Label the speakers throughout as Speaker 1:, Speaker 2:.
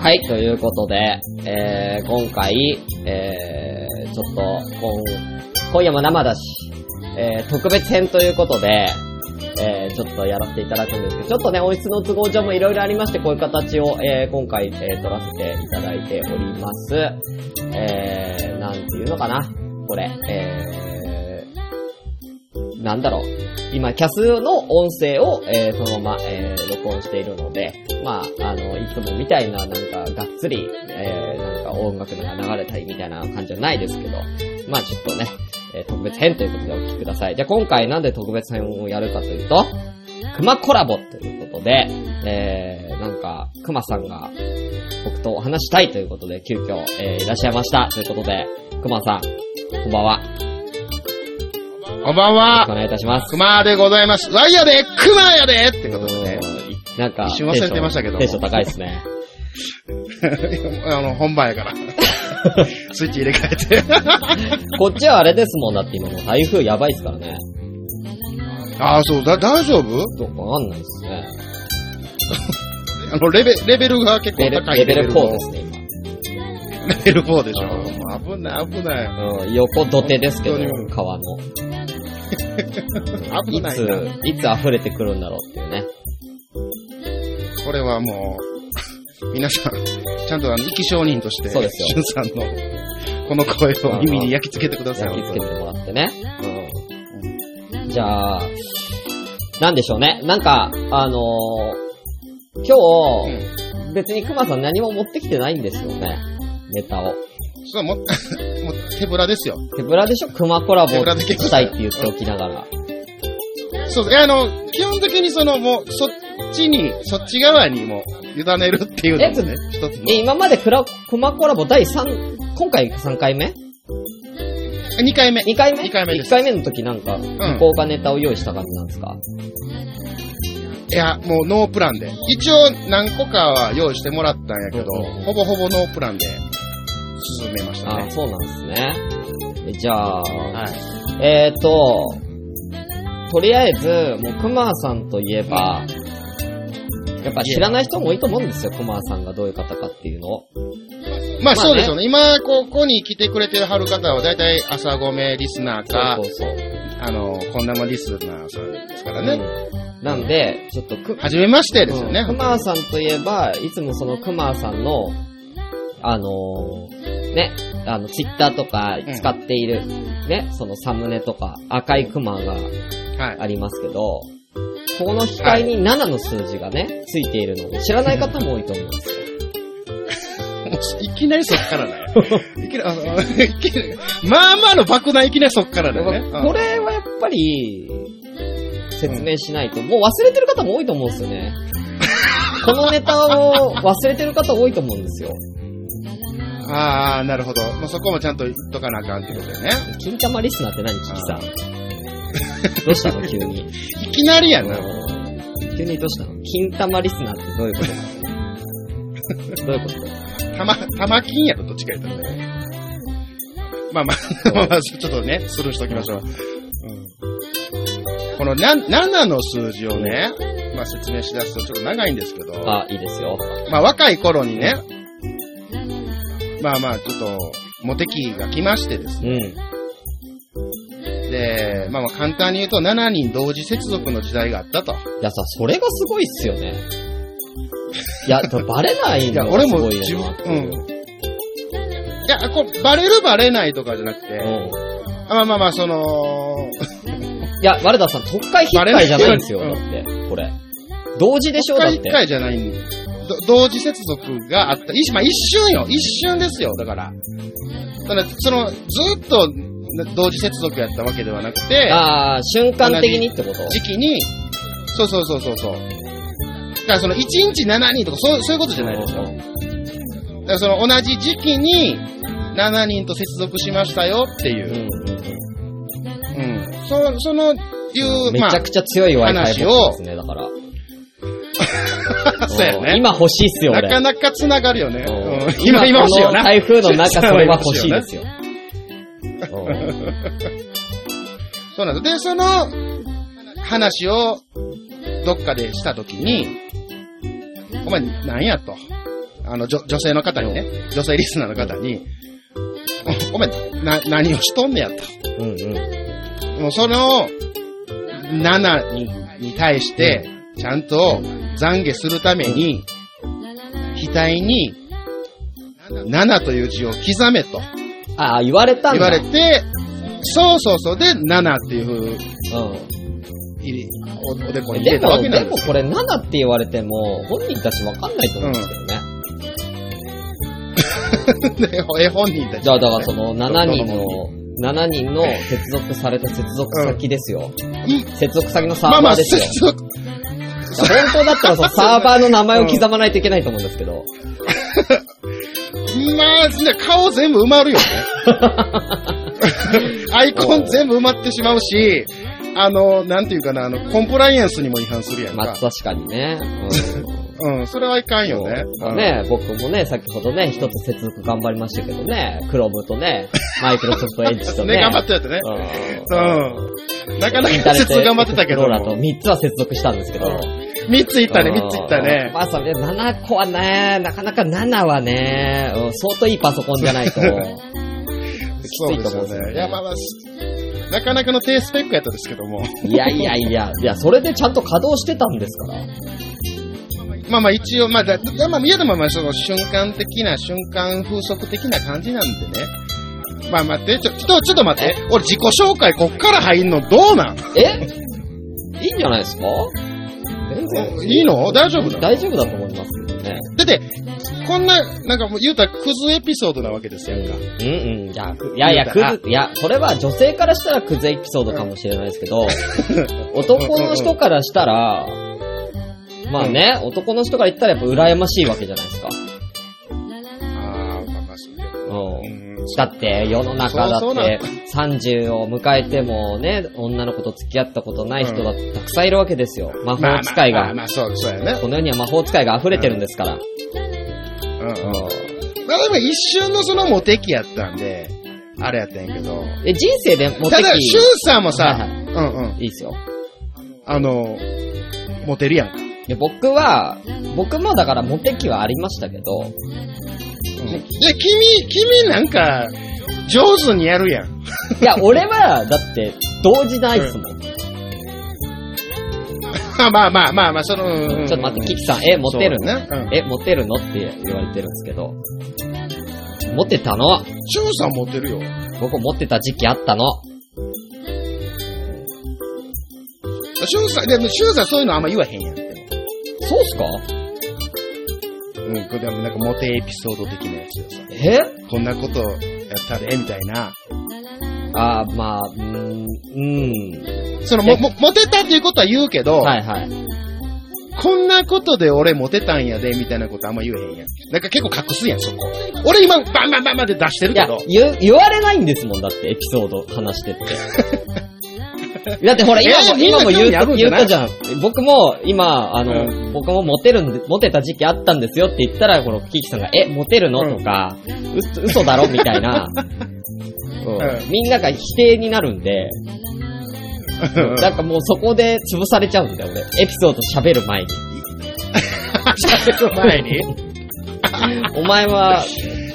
Speaker 1: はい、ということで、えー、今回、えー、ちょっと、今、今夜も生だし、えー、特別編ということで、えー、ちょっとやらせていただくんですけど、ちょっとね、音質の都合上もいろいろありまして、こういう形を、えー、今回、えー、撮らせていただいております。えー、なんていうのかな、これ、えー、なんだろう。今、キャスの音声を、えー、そのまま、えー、録音しているので、まあ、あの、いつもみたいな、なんか、がっつり、えー、なんか音楽が流れたりみたいな感じじゃないですけど、まあちょっとね、えー特別編ということでお聞きください。じゃあ今回なんで特別編をやるかというと、熊コラボということで、えー、なんか、熊さんが僕とお話したいということで、急遽、えー、いらっしゃいました。ということで、熊さん、こんばんは。よ
Speaker 2: こんばん
Speaker 1: ろしくお
Speaker 2: は、
Speaker 1: 願いいたします。
Speaker 2: くまでございます。ワイヤで、くまやでってことで ね。
Speaker 1: うんなんか、
Speaker 2: 一瞬忘れてましたけども
Speaker 1: テンションテンション高いですね。
Speaker 2: あの、本番や から。スイッチ入れ替えて。
Speaker 1: こっちはあれですもんだって今もう台風やばいですからね。
Speaker 2: ああ、そう、だ、大丈夫
Speaker 1: どうかわかんないですね。
Speaker 2: あの、レベ、レベルが結構
Speaker 1: レベ
Speaker 2: 高
Speaker 1: ル、レ
Speaker 2: い。
Speaker 1: ベル4ですすね、今。
Speaker 2: レベル4でしょ。
Speaker 1: う
Speaker 2: 危ない、危ない。
Speaker 1: うん、横土手ですけど
Speaker 2: 本当に、
Speaker 1: 川の。
Speaker 2: 危
Speaker 1: い
Speaker 2: ない
Speaker 1: つ
Speaker 2: な。、
Speaker 1: いつ溢れてくるんだろうっていうね。
Speaker 2: これはもう、皆さん、ちゃんとあの、生き証人として、
Speaker 1: そうですよ
Speaker 2: しゅんさんの、この声を耳に焼き付けてください。
Speaker 1: 焼き付けてもらってね。
Speaker 2: うん
Speaker 1: うん。じゃあ、なんでしょうね。なんか、あのー今日、
Speaker 2: うん
Speaker 1: 別に熊さん何も持ってきてないんですよね。ネタを。
Speaker 2: そう、もう、 もう手ぶらですよ。
Speaker 1: 手ぶらでしょ熊コラボ
Speaker 2: 手ぶらで結構
Speaker 1: したいって言っておきながら。
Speaker 2: そうそう、えあの、基本的にその、もう、そっちに、そっち側にも、委ねるっていうのもね、一つの。
Speaker 1: え、今までクラ、熊コラボ第3、今回3回目
Speaker 2: 二回目。
Speaker 1: ?2 回目
Speaker 2: 二回目です
Speaker 1: 1回目の時なんか、
Speaker 2: ん
Speaker 1: 効果ネタを用意した感じなんですか、
Speaker 2: いや、もうノープランで。一応、何個かは用意してもらったんやけど
Speaker 1: うん、
Speaker 2: ほぼほぼノープランで、進めました
Speaker 1: ああ、
Speaker 2: ね。
Speaker 1: そうなんですね。えじゃあ、
Speaker 2: はい。
Speaker 1: えーと、とりあえず、もうクマさんといえば、やっぱ知らない人も多いと思うんですよ、クマさんがどういう方かっていうのを。
Speaker 2: ま
Speaker 1: まあ
Speaker 2: あ
Speaker 1: ね
Speaker 2: そうですよね。今、ここに来てくれてはる方は、だいたい朝ごめリスナーか
Speaker 1: そう、そうそう。
Speaker 2: あの、こんなもんリスナーさんですからね。
Speaker 1: うんなんで、ちょっとく、
Speaker 2: はじめましてですよね
Speaker 1: う。んクマさんといえば、いつもそのクマさんの、あのーね、あの、ツイッターとか使っている、ね、そのサムネとか、赤いクマが
Speaker 2: はい。
Speaker 1: ありますけど、この機械に7の数字がね、ついているので、知らない方も多いと思うんですよ。
Speaker 2: もういきなりそっからね。いきなり、あの いきなりまあまあの爆弾いきなりそっからだよね。
Speaker 1: これはやっぱり、説明しないと、もう忘れてる方も多いと思うんですよ ね。このネタを忘れてる方多いと思うんですよ。
Speaker 2: うんああ、なるほど。まあ、そこもちゃんと言っとかなあかんっていうことだよね。
Speaker 1: 金玉リスナーって何キキさん。どうしたの急に。
Speaker 2: いきなりや な。
Speaker 1: 急にどうしたの金玉リスナーってどういうことですかどういうこと
Speaker 2: たま、たまきんやろ、どっちか言ったらね。まあまあ、まあまあ、ちょっとね、スルーしときましょう。このな7の数字をね、まあ説明しだすとちょっと長いんですけ ど、
Speaker 1: あ、いいですよ。
Speaker 2: まあ若い頃にね、まあまあちょっと、モテ期が来ましてですね
Speaker 1: うん。
Speaker 2: で、まあまあ簡単に言うと7人同時接続の時代があったと。
Speaker 1: いやさ、それがすごいっすよね。いや、でもバレないの
Speaker 2: い
Speaker 1: が
Speaker 2: や俺
Speaker 1: す
Speaker 2: も
Speaker 1: ごいよなっていう。
Speaker 2: 自いや、こう、バレるバレないとかじゃなくて、
Speaker 1: うん。
Speaker 2: あまあまあまあ、その、
Speaker 1: いや、ワルダさん、特会引っかいじゃないんですよ、
Speaker 2: バ
Speaker 1: だ
Speaker 2: レ
Speaker 1: っ
Speaker 2: な
Speaker 1: て、これ。同時でしょ、だっ
Speaker 2: 一
Speaker 1: て。
Speaker 2: 回じゃないんど同時接続があった。一まあ、一瞬よ。一瞬ですよ。だから。ただ、その、ずっと同時接続やったわけではなくて、
Speaker 1: ああ、瞬間的にってこと
Speaker 2: 時期に、そうそうそうそうそう。だからその1日7人とかそうそういうことじゃないですよ。
Speaker 1: うん
Speaker 2: だからその同じ時期に7人と接続しましたよっていうう。
Speaker 1: んうん
Speaker 2: うん。そその、いう、
Speaker 1: め
Speaker 2: まあ
Speaker 1: ちゃ、くちゃ強い Wi-Fi
Speaker 2: 話を
Speaker 1: ですね、だから。
Speaker 2: そうや
Speaker 1: ん
Speaker 2: ね。
Speaker 1: 今欲しいっすよ、
Speaker 2: な
Speaker 1: 俺。
Speaker 2: かなか繋がるよね。
Speaker 1: うん
Speaker 2: うん今、 今欲しいよ
Speaker 1: この
Speaker 2: な。
Speaker 1: 台風の中、それは欲しいですよ。うん
Speaker 2: そうなんです。で、その話をどっかでしたときに、お前、なんやと。あの、女、女性の方にね、女性リスナーの方に、おお前、な、何をしとんねやと。
Speaker 1: うんうん。
Speaker 2: もうその、7にに対して、ちゃんと懺悔するために、額に、7という字を刻めと
Speaker 1: ああ、言われたん
Speaker 2: 言わ
Speaker 1: だ。
Speaker 2: れて、そうそうそう、で、7っていう風
Speaker 1: う
Speaker 2: に、おおでこ
Speaker 1: ん。
Speaker 2: に入
Speaker 1: で
Speaker 2: れた
Speaker 1: も、
Speaker 2: わけな
Speaker 1: で
Speaker 2: んで
Speaker 1: も
Speaker 2: す
Speaker 1: これ7って言われても、本人たちわかんないと思うんですけどね。
Speaker 2: よ。絵本人たち。
Speaker 1: じゃあ、だからその7人の
Speaker 2: どの、
Speaker 1: 7人の接続された接続先ですよ。
Speaker 2: い
Speaker 1: 接続先のサ
Speaker 2: まあ
Speaker 1: ー
Speaker 2: ま
Speaker 1: バー
Speaker 2: あ、
Speaker 1: ですよ。
Speaker 2: 接続
Speaker 1: 本当だったらそのサーバーの名前を刻まないといけないと思うんですけど。
Speaker 2: まあ、ね顔全部埋ま るよね。アイコン全部埋まってしまうし、あの、なんていうかな、あの、コンプライアンスにも違反するやん
Speaker 1: まあ
Speaker 2: か。
Speaker 1: 確かにね。うん
Speaker 2: うん、それ はいかんよね。
Speaker 1: そうね、僕もね、先ほどね、一つ接続頑張りましたけどね、クロムと ね、マイクロソフトエッジ
Speaker 2: う
Speaker 1: と
Speaker 2: ん。
Speaker 1: ね。
Speaker 2: ね、頑張ってやってね。うん。なかな
Speaker 1: イン
Speaker 2: か
Speaker 1: ターネッ
Speaker 2: 接
Speaker 1: ト
Speaker 2: 続頑張ってたけ
Speaker 1: ロ
Speaker 2: ど
Speaker 1: ーラと3つは接続したんですけど。
Speaker 2: 3ついったね、3ついった
Speaker 1: うん
Speaker 2: ね。
Speaker 1: まあそれ7個はね、なかなか7はね、うん相当いいパソコンじゃ ないと。
Speaker 2: そ
Speaker 1: きついと思うんですよね
Speaker 2: いや、まあまあ、なかなかの低スペックやったですけども。
Speaker 1: いやいやいや、いや、それでちゃんと稼働してたんですから。
Speaker 2: まあまあ一応、まあ、だだまあ、いやでもまあその瞬間的な、瞬間風速的な感じなんでね。まあ待って、ちょ、ちょっと、ちょっと待って。俺自己紹介こっから入んのどうなん
Speaker 1: えいいんじゃないですか全然。
Speaker 2: いいの大丈夫なのだ
Speaker 1: 大丈夫だと思いますけどね。
Speaker 2: って、こんな、なんかもう言うたらクズエピソードなわけですやんか。
Speaker 1: うんうん。いや、くいやいや、クズ、いや、それは女性からしたらクズエピソードかもしれないですけど、男の人からしたら、まあね、男の人から言ったらやっぱ羨ましいわけじゃないですか。う。
Speaker 2: ああ、まあまあ、そうだけどうんん
Speaker 1: だって、世の中だ
Speaker 2: そうそう
Speaker 1: って
Speaker 2: なん、
Speaker 1: 30を迎えてもね、女の子と付き合ったことない人だってたくさんいるわけですよ。魔法使い
Speaker 2: まあま
Speaker 1: が。
Speaker 2: あまあまあ、そう、そうやね。
Speaker 1: この世には魔法使いが溢れてるんですから。
Speaker 2: うんうん。
Speaker 1: うん
Speaker 2: まあでも一瞬のそのモテ期やったんで、あれやったんやけど。
Speaker 1: え、人生でモテ
Speaker 2: ただ、
Speaker 1: 期
Speaker 2: シュンさんも
Speaker 1: はい
Speaker 2: さ、
Speaker 1: は
Speaker 2: うんうん
Speaker 1: い、、いいっすよ。
Speaker 2: あの、モテるやんか。
Speaker 1: で僕は、僕もだからモテ期はありましたけど、
Speaker 2: いや、君、君なんか、上手にやるやん。
Speaker 1: いや、俺は、だって、同時ないっすもん。ち
Speaker 2: まあまあまあまあまあ、その、
Speaker 1: ょっと待って、キキさん、え、モテるの、
Speaker 2: そうだね
Speaker 1: え、モテるのって言われてるんですけど、モテたの
Speaker 2: シュンさんモテるよ。
Speaker 1: 僕モテた時期あったの。
Speaker 2: シュンさん、でもシュンさんそういうのあんま言わへんやん。
Speaker 1: そうっすか
Speaker 2: うん、これでもなんかモテエピソード的なやつでさ、
Speaker 1: え
Speaker 2: こんなことやったで、みたいな。
Speaker 1: あー、まあ、うーん、うん。
Speaker 2: その、も、も、モテたっていうことは言うけど、
Speaker 1: はいはい。
Speaker 2: こんなことで俺モテたんやで、みたいなことあんま言えへんやん。なんか結構隠すやん、そこ。俺今、バンバンバンバンって出してる
Speaker 1: いや
Speaker 2: けど、。
Speaker 1: 言、言われないんですもん、だって、エピソード話してって。 だってほら、今も、
Speaker 2: えーみんな
Speaker 1: 今も言う
Speaker 2: 興味あるんじ
Speaker 1: 言
Speaker 2: ゃ
Speaker 1: う
Speaker 2: ない
Speaker 1: たじゃん。僕も、今、あの、
Speaker 2: う
Speaker 1: 僕もモテるんで、モテた時期あったんですよって言ったら、この、キキさん が、え、モテるの、
Speaker 2: うん
Speaker 1: とか、うそ、嘘だろみたい な、うん
Speaker 2: う
Speaker 1: みんなが否定になるんで、なんかもうそこで潰されちゃうんだよね。エピソード喋る前に。
Speaker 2: 喋る前に。
Speaker 1: お前は、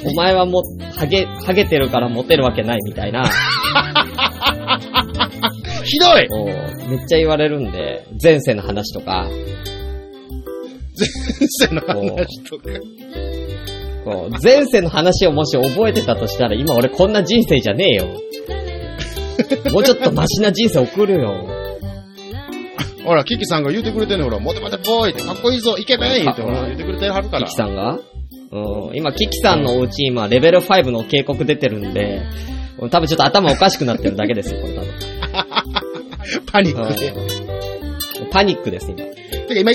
Speaker 1: お前はもう、ハゲ、ハゲてるからモテるわけないみたいな、
Speaker 2: ひど い
Speaker 1: もうめっちゃ言われるんで、前世の話とか、
Speaker 2: 先生の話とか。
Speaker 1: こう前世の話をもし覚えてたとしたら、今俺こんな人生じゃねえよ。もうちょっとマシな人生送るよ。
Speaker 2: ほら、キキさんが言うてくれてんのほら、モテモテボーイってかっこいいぞ、イケメンってほ
Speaker 1: あ
Speaker 2: ら、言うてくれてはるか
Speaker 1: キ
Speaker 2: ら。
Speaker 1: キさんがうん、今、キキさんのお家今、レベル5の警告出てるんで、多分ちょっと頭おかしくなってるだけですよ、これ多分。
Speaker 2: パニックで。
Speaker 1: うんパニックです、今。
Speaker 2: てか今、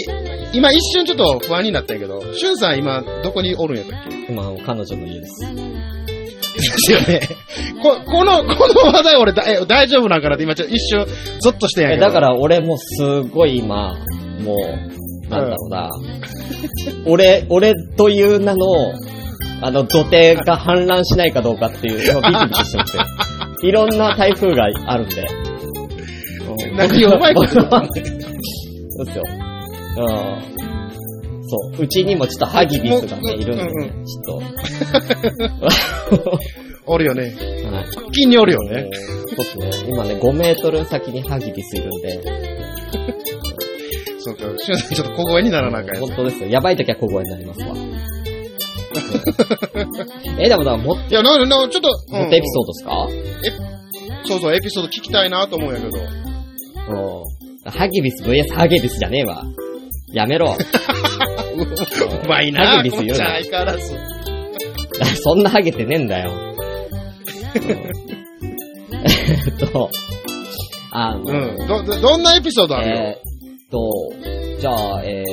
Speaker 2: 今一瞬ちょっと不安になったんやけど、シュンさん今、どこにおるんやったっけ
Speaker 1: 今、彼女の家です。
Speaker 2: ですよね。 こ、この、この話題俺だ、え大丈夫なんかなって今ちょっと一瞬、ゾッとしてんや
Speaker 1: え、
Speaker 2: けど。
Speaker 1: だから俺もうすごい今、もう、なんだろうな。俺、俺という名の、あの、土手が氾濫しないかどうかっていう、 今ビクビクしてますよ。いろんな台風があるんで。うん
Speaker 2: 何をうまいこと
Speaker 1: 僕はそうですよ。うん。そう。うちにもちょっとハギビスが
Speaker 2: も
Speaker 1: ね、
Speaker 2: う
Speaker 1: いるんで
Speaker 2: う
Speaker 1: ね、ちょっと。
Speaker 2: おるよね。
Speaker 1: はい。
Speaker 2: 腹筋におるよね。
Speaker 1: そうですね。今ね、5メートル先にハギビスいるんで、
Speaker 2: そうか、しゅんさんちょっと小声にならなあかんや
Speaker 1: 本当ですよ。やばい時は小声になりますわ。え、でもだ、もっ
Speaker 2: つ。いや、なんで、なんでちょっと、
Speaker 1: もっとエピソードですか
Speaker 2: ード。そうそう、エピソード聞きたいなと思うんやけど。
Speaker 1: うん。ハギビス VS ハゲビスじゃねえわ。やめ ろ。
Speaker 2: うまいな
Speaker 1: ハゲビ
Speaker 2: こ
Speaker 1: ス
Speaker 2: の
Speaker 1: 言う
Speaker 2: ちゃん
Speaker 1: な
Speaker 2: 相。変わらず。
Speaker 1: そんなハゲてねえんだよ。 えっと、あの、
Speaker 2: うん。ど、ど、どんなエピソードあるよ、
Speaker 1: えーっと、じゃあ、え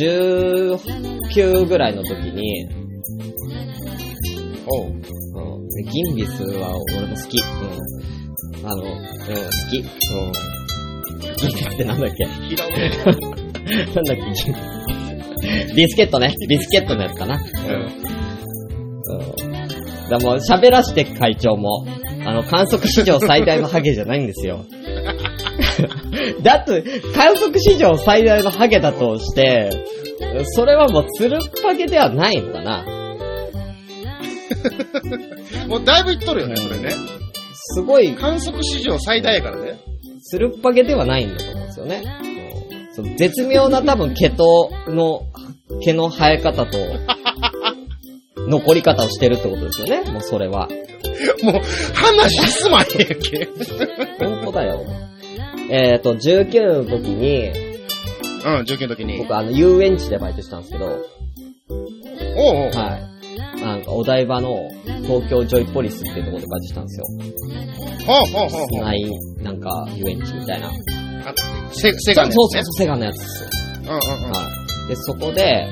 Speaker 1: ー、19ぐらいの時に、
Speaker 2: おう。
Speaker 1: うん、ギンビスは俺も好き。うん。あの、うん、好き。うん。ギンビスってなんだっけ
Speaker 2: 平尾ね
Speaker 1: なんだっけギンビス。 ビスケットね。ビスケットのやつかな。
Speaker 2: うん。
Speaker 1: うん。でも、喋らして会長も、あの、観測史上最大のハゲじゃないんですよ。 だって、観測史上最大のハゲだとして、それはもうつるっぱげではないのかな。
Speaker 2: もうだいぶいっとるよね、それね。
Speaker 1: すごい、
Speaker 2: 観測史上最大やからね。
Speaker 1: つるっぱげではないんだと思うんですよね。うんその絶妙な多分毛との、毛の生え方と、残り方をしてるってことですよね。もうそれは。
Speaker 2: もう、話進まへんやんけ。
Speaker 1: 本当だよ。えっ、と、19の時に、
Speaker 2: うん、受験の時に。
Speaker 1: 僕あの遊園地でバイトしたんですけど、はい。
Speaker 2: おうおう。
Speaker 1: なんかお台場の東京ジョイポリスっていうところでバイトしたんですよ。
Speaker 2: ほうほうほう
Speaker 1: 室
Speaker 2: ほう。
Speaker 1: 内なんか遊園地みたいな。
Speaker 2: あセセガネ、ね。
Speaker 1: そうそうそう、セガのやつですよ。
Speaker 2: うんうんうん。
Speaker 1: はい。で、そこで、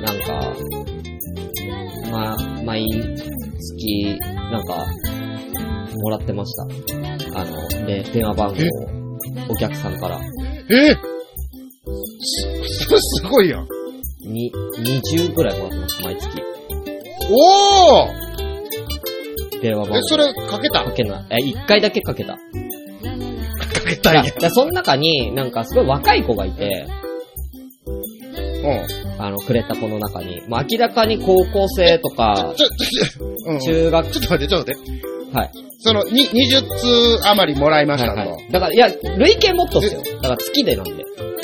Speaker 1: なんか、ま、毎月、なんか、もらってました。あの、で、電話番号をお客さんから、
Speaker 2: えす、す すごいやん。
Speaker 1: に、20くらいもらってます、毎月。
Speaker 2: おお
Speaker 1: 電話番号。
Speaker 2: え、それかけた
Speaker 1: かけない。え、一回だけかけた。
Speaker 2: かけ
Speaker 1: だ
Speaker 2: たんや。
Speaker 1: だその中に、なんかすごい若い子がいて、
Speaker 2: うん。
Speaker 1: あの、くれた子の中に、まあ、明らかに高校生とか、
Speaker 2: ちょ、ちょ、ちょ、うん、ちょ
Speaker 1: 中学、
Speaker 2: っと待って、ちょっと待って。
Speaker 1: はい。
Speaker 2: その、に、20通余りもらいまし
Speaker 1: はい
Speaker 2: たと。
Speaker 1: はい。だから、いや、累計もっとっすよ。だから月でなんで。
Speaker 2: い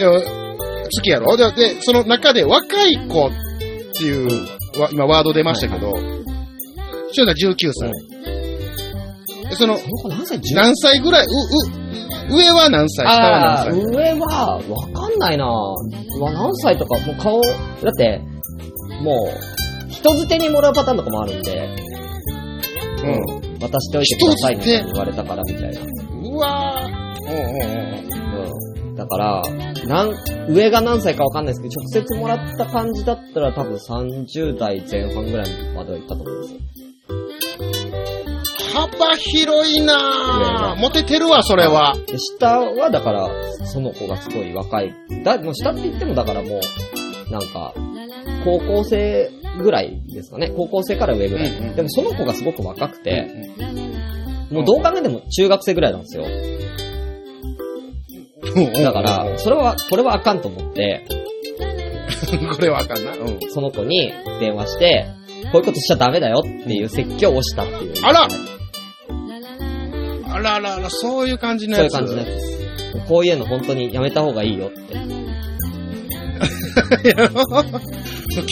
Speaker 2: や好きやろで、で、その中で若い子っていう、わ今ワード出ましたけど、シュンさん19歳。えその
Speaker 1: こ、の子何歳 ?10
Speaker 2: 何歳ぐらい、う、う、上は何歳下は
Speaker 1: ああ
Speaker 2: 何歳
Speaker 1: ー、上は、わかんないなうわ、何歳とか、もう顔、だって、もう、人づてにもらうパターンとかもあるんで、
Speaker 2: う
Speaker 1: 渡しておいてくださいみたいに言われたからみたいな。
Speaker 2: ん。うわぁ。うんうんうん。
Speaker 1: うん。だから、なん、上が何歳かわかんないですけど、直接もらった感じだったら多分30代前半ぐらいまではいったと思うんですよ。
Speaker 2: 幅広いな
Speaker 1: 上は
Speaker 2: ぁ。モテてるわ、それは。
Speaker 1: で、下はだから、その子がすごい若い。だ、もう下って言ってもだからもう、なんか、高校生ぐらいですかね。高校生から上ぐらい。
Speaker 2: うんうん
Speaker 1: でもその子がすごく若く
Speaker 2: うん
Speaker 1: て、もうどう考えても中学生ぐらいなんですよ。
Speaker 2: うん
Speaker 1: だから、、それは、これはあかんと思って、
Speaker 2: これはあかんな。うん。
Speaker 1: その子に電話して、こういうことしちゃダメだよっていう説教をしたっていう。
Speaker 2: あらあらあらあら、そういう感じの
Speaker 1: そうい
Speaker 2: や
Speaker 1: う感
Speaker 2: つ。
Speaker 1: じのやつです。こういうの本当にやめた方がいいよって。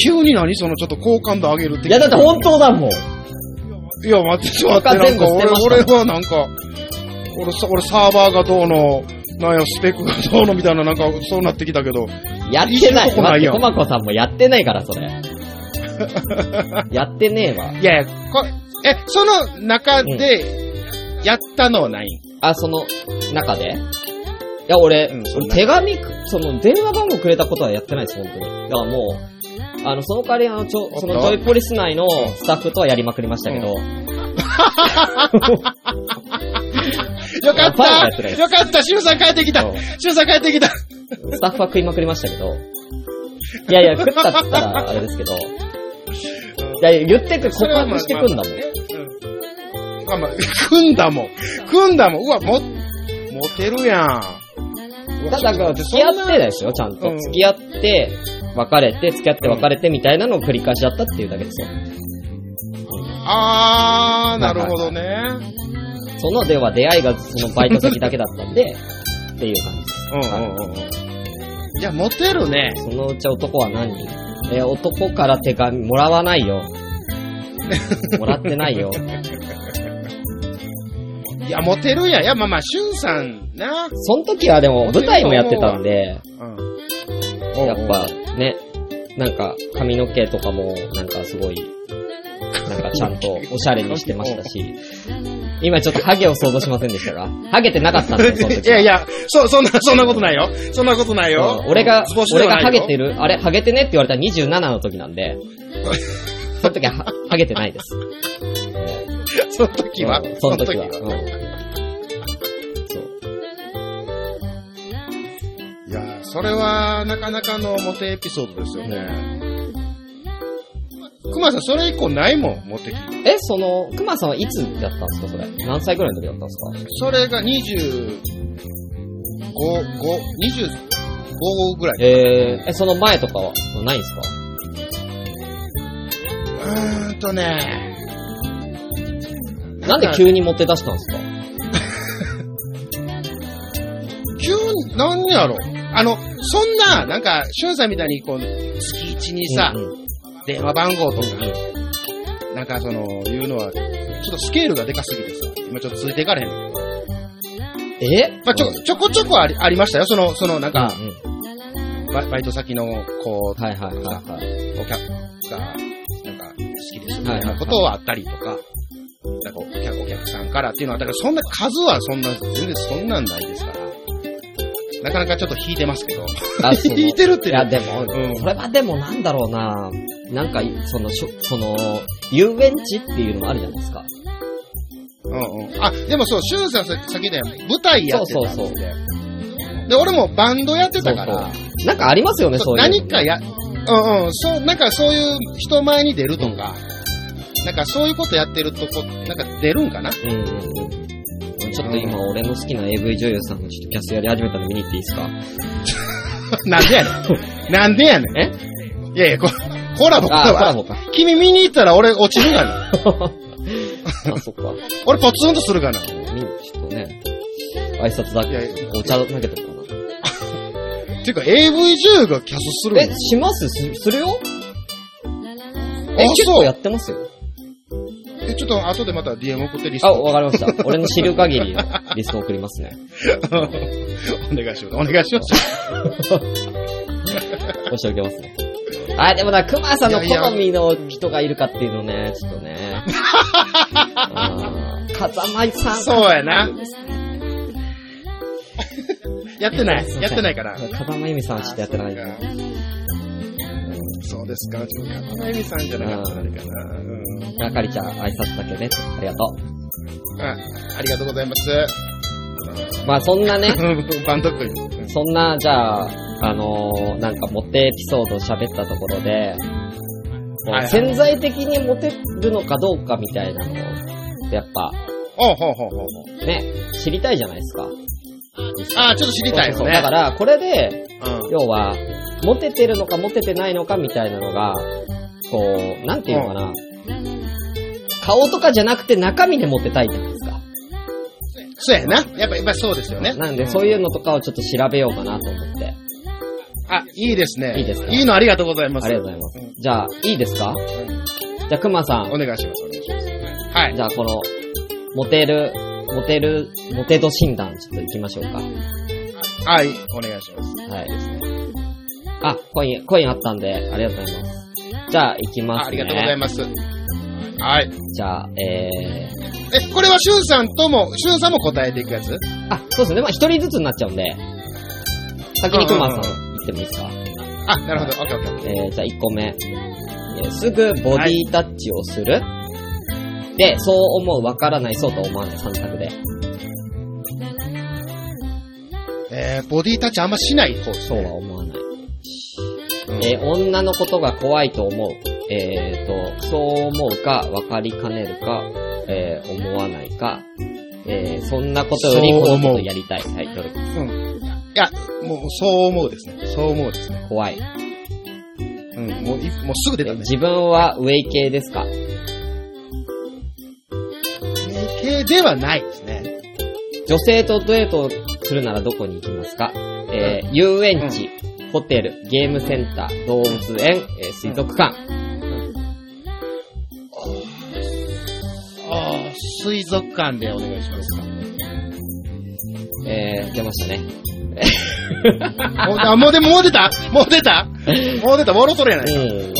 Speaker 2: 急に何そのちょっと好感度上げるって。
Speaker 1: いやだって本当だもん。
Speaker 2: いや、待って、ちょっと待って、なん
Speaker 1: 他全
Speaker 2: か
Speaker 1: 部捨てました
Speaker 2: 俺、俺はなんか、俺さ、俺サーバーがどうの、なんや、スペックがどうのみたいな、なんかそうなってきたけど、
Speaker 1: やってない
Speaker 2: いいと。こ
Speaker 1: 待
Speaker 2: な
Speaker 1: っ
Speaker 2: い
Speaker 1: て、
Speaker 2: やん
Speaker 1: コマコさんもやってないから、そ れ。やってねえわ。
Speaker 2: いやいや、こえ、その中で、やったのはない、
Speaker 1: あ、その、中でいや、俺、
Speaker 2: うんそんな
Speaker 1: 手紙く、その、電話番号くれたことはやってないです、本当に。だからもう、あの、その代わり、あの、ちょ
Speaker 2: お、っと
Speaker 1: その、ジョイポリス内のスタッフとはやりまくりましたけど、
Speaker 2: よかっ
Speaker 1: ファンがやってな
Speaker 2: た
Speaker 1: いです
Speaker 2: よかったシュウさん帰ってきた
Speaker 1: うん
Speaker 2: シュウさん帰ってきた
Speaker 1: スタッフは食いまくりましたけど、いやいや、食ったって言ったら、あれですけど、いやいや、言ってく、告白してくんだもん。
Speaker 2: ん。あ、まあ、組んだもん。組んだもん。うわ、も、モテるやん。
Speaker 1: ただ、付き合ってですよ、ちゃんと。
Speaker 2: うん
Speaker 1: 付き合って、別れて、付き合って別れてみたいなのを繰り返しだったっていうだけですよ。
Speaker 2: あー、なるほどね。
Speaker 1: そのでは出会いがそのバイト先だけだったんで、っていう感じです。
Speaker 2: うんうんうんうん。いや、モテるね。
Speaker 1: そのうち男は何人えー男から手紙もらわないよ。もらって ないよ。
Speaker 2: いや、モテるやん。いや、まあまあ、しゅんさんな。
Speaker 1: その時はでも舞台もやってたんで、
Speaker 2: うん。
Speaker 1: やっぱね、なんか髪の毛とかもなんかすごい、なんかちゃんとおしゃれにしてましたし、今ちょっとハゲを想像しませんでしたが、ハゲてなかったんですよ、その
Speaker 2: い
Speaker 1: 時は
Speaker 2: やいや、そ、そんな、そんなことないよ。そんなことないよ。
Speaker 1: うん俺が、
Speaker 2: 少しで
Speaker 1: 俺
Speaker 2: は
Speaker 1: がハ
Speaker 2: ない
Speaker 1: ゲ
Speaker 2: よ
Speaker 1: てるあれ、ハゲてねって言われたら27の時なんで、その時ははハゲてないです。
Speaker 2: その時は
Speaker 1: うんその時は。
Speaker 2: そ
Speaker 1: う
Speaker 2: の
Speaker 1: んそう
Speaker 2: いや、それは、なかなかのモテエピソードですよね。くまさん、それ以降ないもん、モテ期。
Speaker 1: え、その、熊さんはいつやったんですか、それ。何歳ぐらいの時だったんですか
Speaker 2: それが25、5、25ぐらい。
Speaker 1: えー、え、その前とかはないんですか
Speaker 2: うーんとね。
Speaker 1: なんで急に持って出したんですか
Speaker 2: 急に、なんやろ。あの、そんな、なんか、しゅんさんみたいに、こう、月一にさ、
Speaker 1: うんうん
Speaker 2: 電話番号とか、
Speaker 1: うん
Speaker 2: なんかその、いうのは、ちょっとスケールがでかすぎてさ、今ちょっとついていかれへん。
Speaker 1: え
Speaker 2: まあ、ちょ、ちょこちょこあり、ありましたよ。その、その、なんか、
Speaker 1: うんうん
Speaker 2: ババイト先の子とか、
Speaker 1: はいはいはいはい。
Speaker 2: お客が、なんか、好きですみ
Speaker 1: はい
Speaker 2: た
Speaker 1: は
Speaker 2: い
Speaker 1: いはい
Speaker 2: なことはあったりとか、なんかお客、お客さんからっていうのは、だからそんな数はそんな、全然そんなんないですから。なかなかちょっと引いてま すけど。
Speaker 1: あ、その
Speaker 2: 引いてるって
Speaker 1: い
Speaker 2: ね
Speaker 1: や、でも、
Speaker 2: うん
Speaker 1: それはでもなんだろうななんか、その、しょその、遊園地っていうのもあるじゃないですか。
Speaker 2: うんうん。あ、でもそう、シュンさんさ先だよ。舞台やってたんで。
Speaker 1: そうそうそう
Speaker 2: で、俺もバンドやってたから、
Speaker 1: そうそうなんかありますよね、
Speaker 2: そ
Speaker 1: そうういうのね。
Speaker 2: 何かや、うんうん、そう、なんかそういう人前に出るとか、なんかそういうことやってるとこ、なんか出るんかな
Speaker 1: うんうんうん。ちょっと今、俺の好きな AV 女優さんのちょっとキャスやり始めたの見に行っていいですか
Speaker 2: なんで やねん。なんでやねん。
Speaker 1: え
Speaker 2: いやいや、こコラボ、コ
Speaker 1: あ、コラ
Speaker 2: ラボ。
Speaker 1: ボか。
Speaker 2: 君見に行ったら俺落ちるがな。
Speaker 1: あ、そっか。
Speaker 2: 俺ポツンとするがな。
Speaker 1: 見にちょっとね、挨拶だ
Speaker 2: いやい
Speaker 1: け
Speaker 2: や、
Speaker 1: お茶投げとこうか
Speaker 2: ていうか AV 女優がキャスする
Speaker 1: な。
Speaker 2: ん
Speaker 1: え、しますすするよえ、
Speaker 2: あ
Speaker 1: 結
Speaker 2: そ
Speaker 1: 構
Speaker 2: う
Speaker 1: やってますよ。
Speaker 2: え、ちょっと後でまた DM 送ってリス
Speaker 1: あ、
Speaker 2: ト。
Speaker 1: わかりました。俺の知る限りのリスト送りますね。
Speaker 2: お願いします。お願いします。
Speaker 1: 押しておきますね。あ、でもな、熊さんの好みの人がいるかっていうのね、ちょっとね。あー風間さん。
Speaker 2: そうやな。 やってない
Speaker 1: すません
Speaker 2: やってないから。
Speaker 1: 風間由美さんはちょっとやってないな。
Speaker 2: そうですか。ちょっと山田恵美さんじゃなかったらあれかな。うん
Speaker 1: あかりちゃん、挨拶だけね。ありがと
Speaker 2: あ、ありがとうございます。
Speaker 1: う。まあそんなね、
Speaker 2: バンド君。
Speaker 1: そんな、じゃあ、あのーなんかモテエピソードを喋ったところで、こう
Speaker 2: はいはい
Speaker 1: 潜在的にモテるのかどうかみたいなのを、やっぱ、
Speaker 2: おうほうほうほう。
Speaker 1: ね、知りたいじゃないですか。
Speaker 2: ああ、ちょっと知りたいよ
Speaker 1: そうそうそう
Speaker 2: ね。
Speaker 1: だから、これで、
Speaker 2: うん
Speaker 1: 要は、モテてるのかモテてないのかみたいなのが、こう、なんていうのかな、顔とかじゃなくて中身でモテたいじゃないですか。
Speaker 2: そうやな。やっぱ、やっぱそうですよね。
Speaker 1: なんで、そういうのとかをちょっと調べようかなと思って。
Speaker 2: あ、いいですね。
Speaker 1: いいですか
Speaker 2: いいのありがとうございます。
Speaker 1: ありがとうございます。じゃあ、いいですかじゃあ、くまさん
Speaker 2: お、願いします。お願いします。はい。
Speaker 1: じゃあ、この、モテる、モテる、モテ度診断、ちょっと行きましょうか。は
Speaker 2: はい。お願いします。
Speaker 1: い。あ、コイン、コインあったんで、ありがとうございます。じゃあ、行きます、ね。
Speaker 2: あありがとうございます。はい。
Speaker 1: じゃあ、えー、
Speaker 2: え、これはしゅんさんとも、しゅんさんも答えていくやつ
Speaker 1: あ、そうですね。まあ、一人ずつになっちゃうんで、先にくまさん、行ってもいいですか。
Speaker 2: あ、なるほど。オッケーオッケーオッケ
Speaker 1: えー、じゃあ、1個目。えーすぐボディタッチをする。で、そう思う、わからない、そうと思わない、3択で。
Speaker 2: ー。えー、ボディタッチあんましない方です
Speaker 1: そうは
Speaker 2: ね。
Speaker 1: 思わない。
Speaker 2: うん
Speaker 1: えー女のことが怖いと思う。えっ、と、そう思うか、分かりかねるか、えー思わないか、えーそんなことより
Speaker 2: そう
Speaker 1: こ
Speaker 2: 思う
Speaker 1: のことやりたい。はい、どれ
Speaker 2: うん。いや、もう、そう思うですね。そう思うですね。
Speaker 1: 怖い。
Speaker 2: うん、もうい、もうすぐ出たね。
Speaker 1: 自分はウェイ系ですか
Speaker 2: 系ではないですね。
Speaker 1: 女性とデートをするならどこに行きますかえー、遊園地、ホテル、ゲームセンター、動物園、えー水族館。
Speaker 2: ああ、水族館でお願いします。
Speaker 1: えー、出ましたね。
Speaker 2: もう、あ、もうで、もう出たもう出たもう出た、もろそれやない。
Speaker 1: うん。うん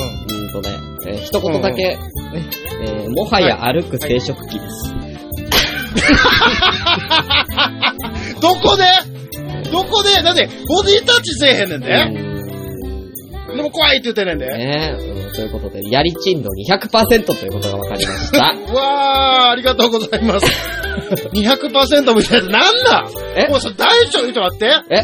Speaker 1: とね、えー一言だけ、ねえーもはや歩く生殖器です。
Speaker 2: どこでどこでだって、ボディタッチせえへんねんで。
Speaker 1: うん
Speaker 2: でも怖いって言ってねんで。
Speaker 1: ねうん、ということで、やりちんど200%ということが分かりま した。
Speaker 2: うわー、ありがとうございます。200%みたいなやつ、なん
Speaker 1: え
Speaker 2: だもうそれ大丈夫ちょっと待って。
Speaker 1: え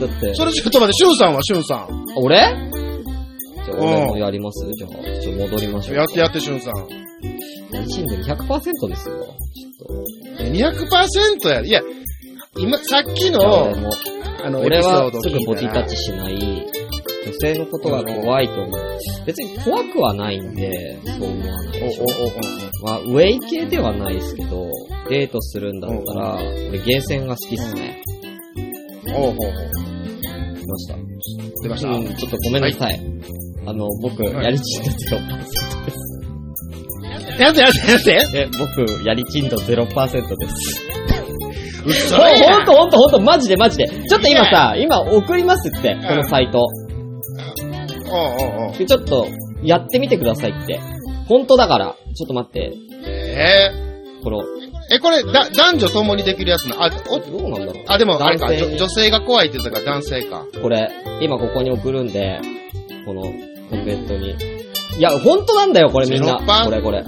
Speaker 1: だって、
Speaker 2: それちょっと待って、シュンさんは、シュンさん。
Speaker 1: 俺じゃあ
Speaker 2: うん
Speaker 1: 俺もやりますじゃあ、ちょっと戻りましょう。
Speaker 2: やってやって、シュンさん。
Speaker 1: やりちんど200%ですよ。ちょっ
Speaker 2: 200%や。いや、今、さっき
Speaker 1: と。じゃあ
Speaker 2: の
Speaker 1: 俺、も
Speaker 2: あの、
Speaker 1: 俺
Speaker 2: エピソ
Speaker 1: は
Speaker 2: ードを
Speaker 1: すぐボ
Speaker 2: 聞
Speaker 1: ディ
Speaker 2: いた
Speaker 1: タ
Speaker 2: ら
Speaker 1: ッチしない、女性のことが怖いと思う。別に怖くはないんで、そう思わないでしょ
Speaker 2: お。おおお
Speaker 1: まあ、ウェイ系ではないですけど、デートするんだったら、俺ゲーセンが好きっすね。
Speaker 2: おおおお
Speaker 1: 来ました。
Speaker 2: 出ました。
Speaker 1: うん、ちょっとごめんなさい。あの、僕、
Speaker 2: はい
Speaker 1: やりちんど0%です。
Speaker 2: やってやってやって。
Speaker 1: え、僕、やりちんど0%です。
Speaker 2: うっそ
Speaker 1: ほんとほんとほんと、マジでマジで。ちょっと今さ、今送りますって、このサイト。
Speaker 2: おおおお
Speaker 1: でちょっと、やってみてくださいって。ほんとだから、ちょっと待って、
Speaker 2: え
Speaker 1: この、
Speaker 2: ー、え、これ、だ、男女共にできるやつな。あ、お、
Speaker 1: どうなんだろ
Speaker 2: あ、でも、あれか、
Speaker 1: 男性
Speaker 2: じょ女性が怖いって言ってたから男性か。
Speaker 1: う。これ、今ここに送るんで、この、コメントに。いや、ほんとなんだよ、これみんな。
Speaker 2: 0%
Speaker 1: これこれ。
Speaker 2: 0%、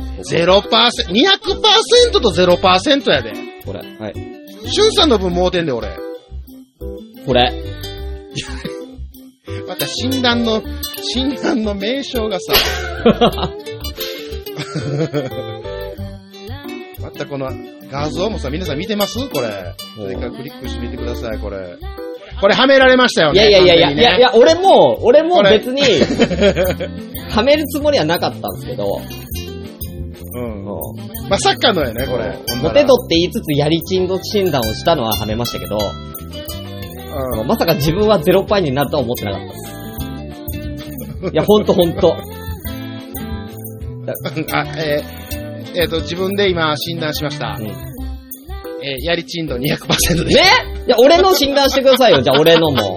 Speaker 2: 200%と0%やで。
Speaker 1: これ、はい。
Speaker 2: シュンさんの分盲点で俺。
Speaker 1: これ。
Speaker 2: また診断の、診断の名称 がさ。またこの画像もさ、皆さん見てますこれ。
Speaker 1: おう
Speaker 2: 一回クリックしてみてください、これ。これはめられましたよ
Speaker 1: い
Speaker 2: ね。
Speaker 1: やいやいやいや、
Speaker 2: 完
Speaker 1: い
Speaker 2: 全に
Speaker 1: や
Speaker 2: ね
Speaker 1: いや、俺も、俺も
Speaker 2: これ
Speaker 1: 別に、はめるつもりはなかったんですけど、
Speaker 2: うん。
Speaker 1: もう
Speaker 2: まあ、サッカーのやね、これ。
Speaker 1: モテ度って言いつつやりちんど診断をしたのははめましたけど、
Speaker 2: うん。
Speaker 1: まさか自分はゼロパイになるとは思ってなかったです。いや、ほんとほんと。
Speaker 2: あ、えーえっ、と、自分で今診断しました
Speaker 1: う。ん、
Speaker 2: えーやりちん度200%で
Speaker 1: ねいや、俺の診断してくださいよ。じゃあ、俺のも。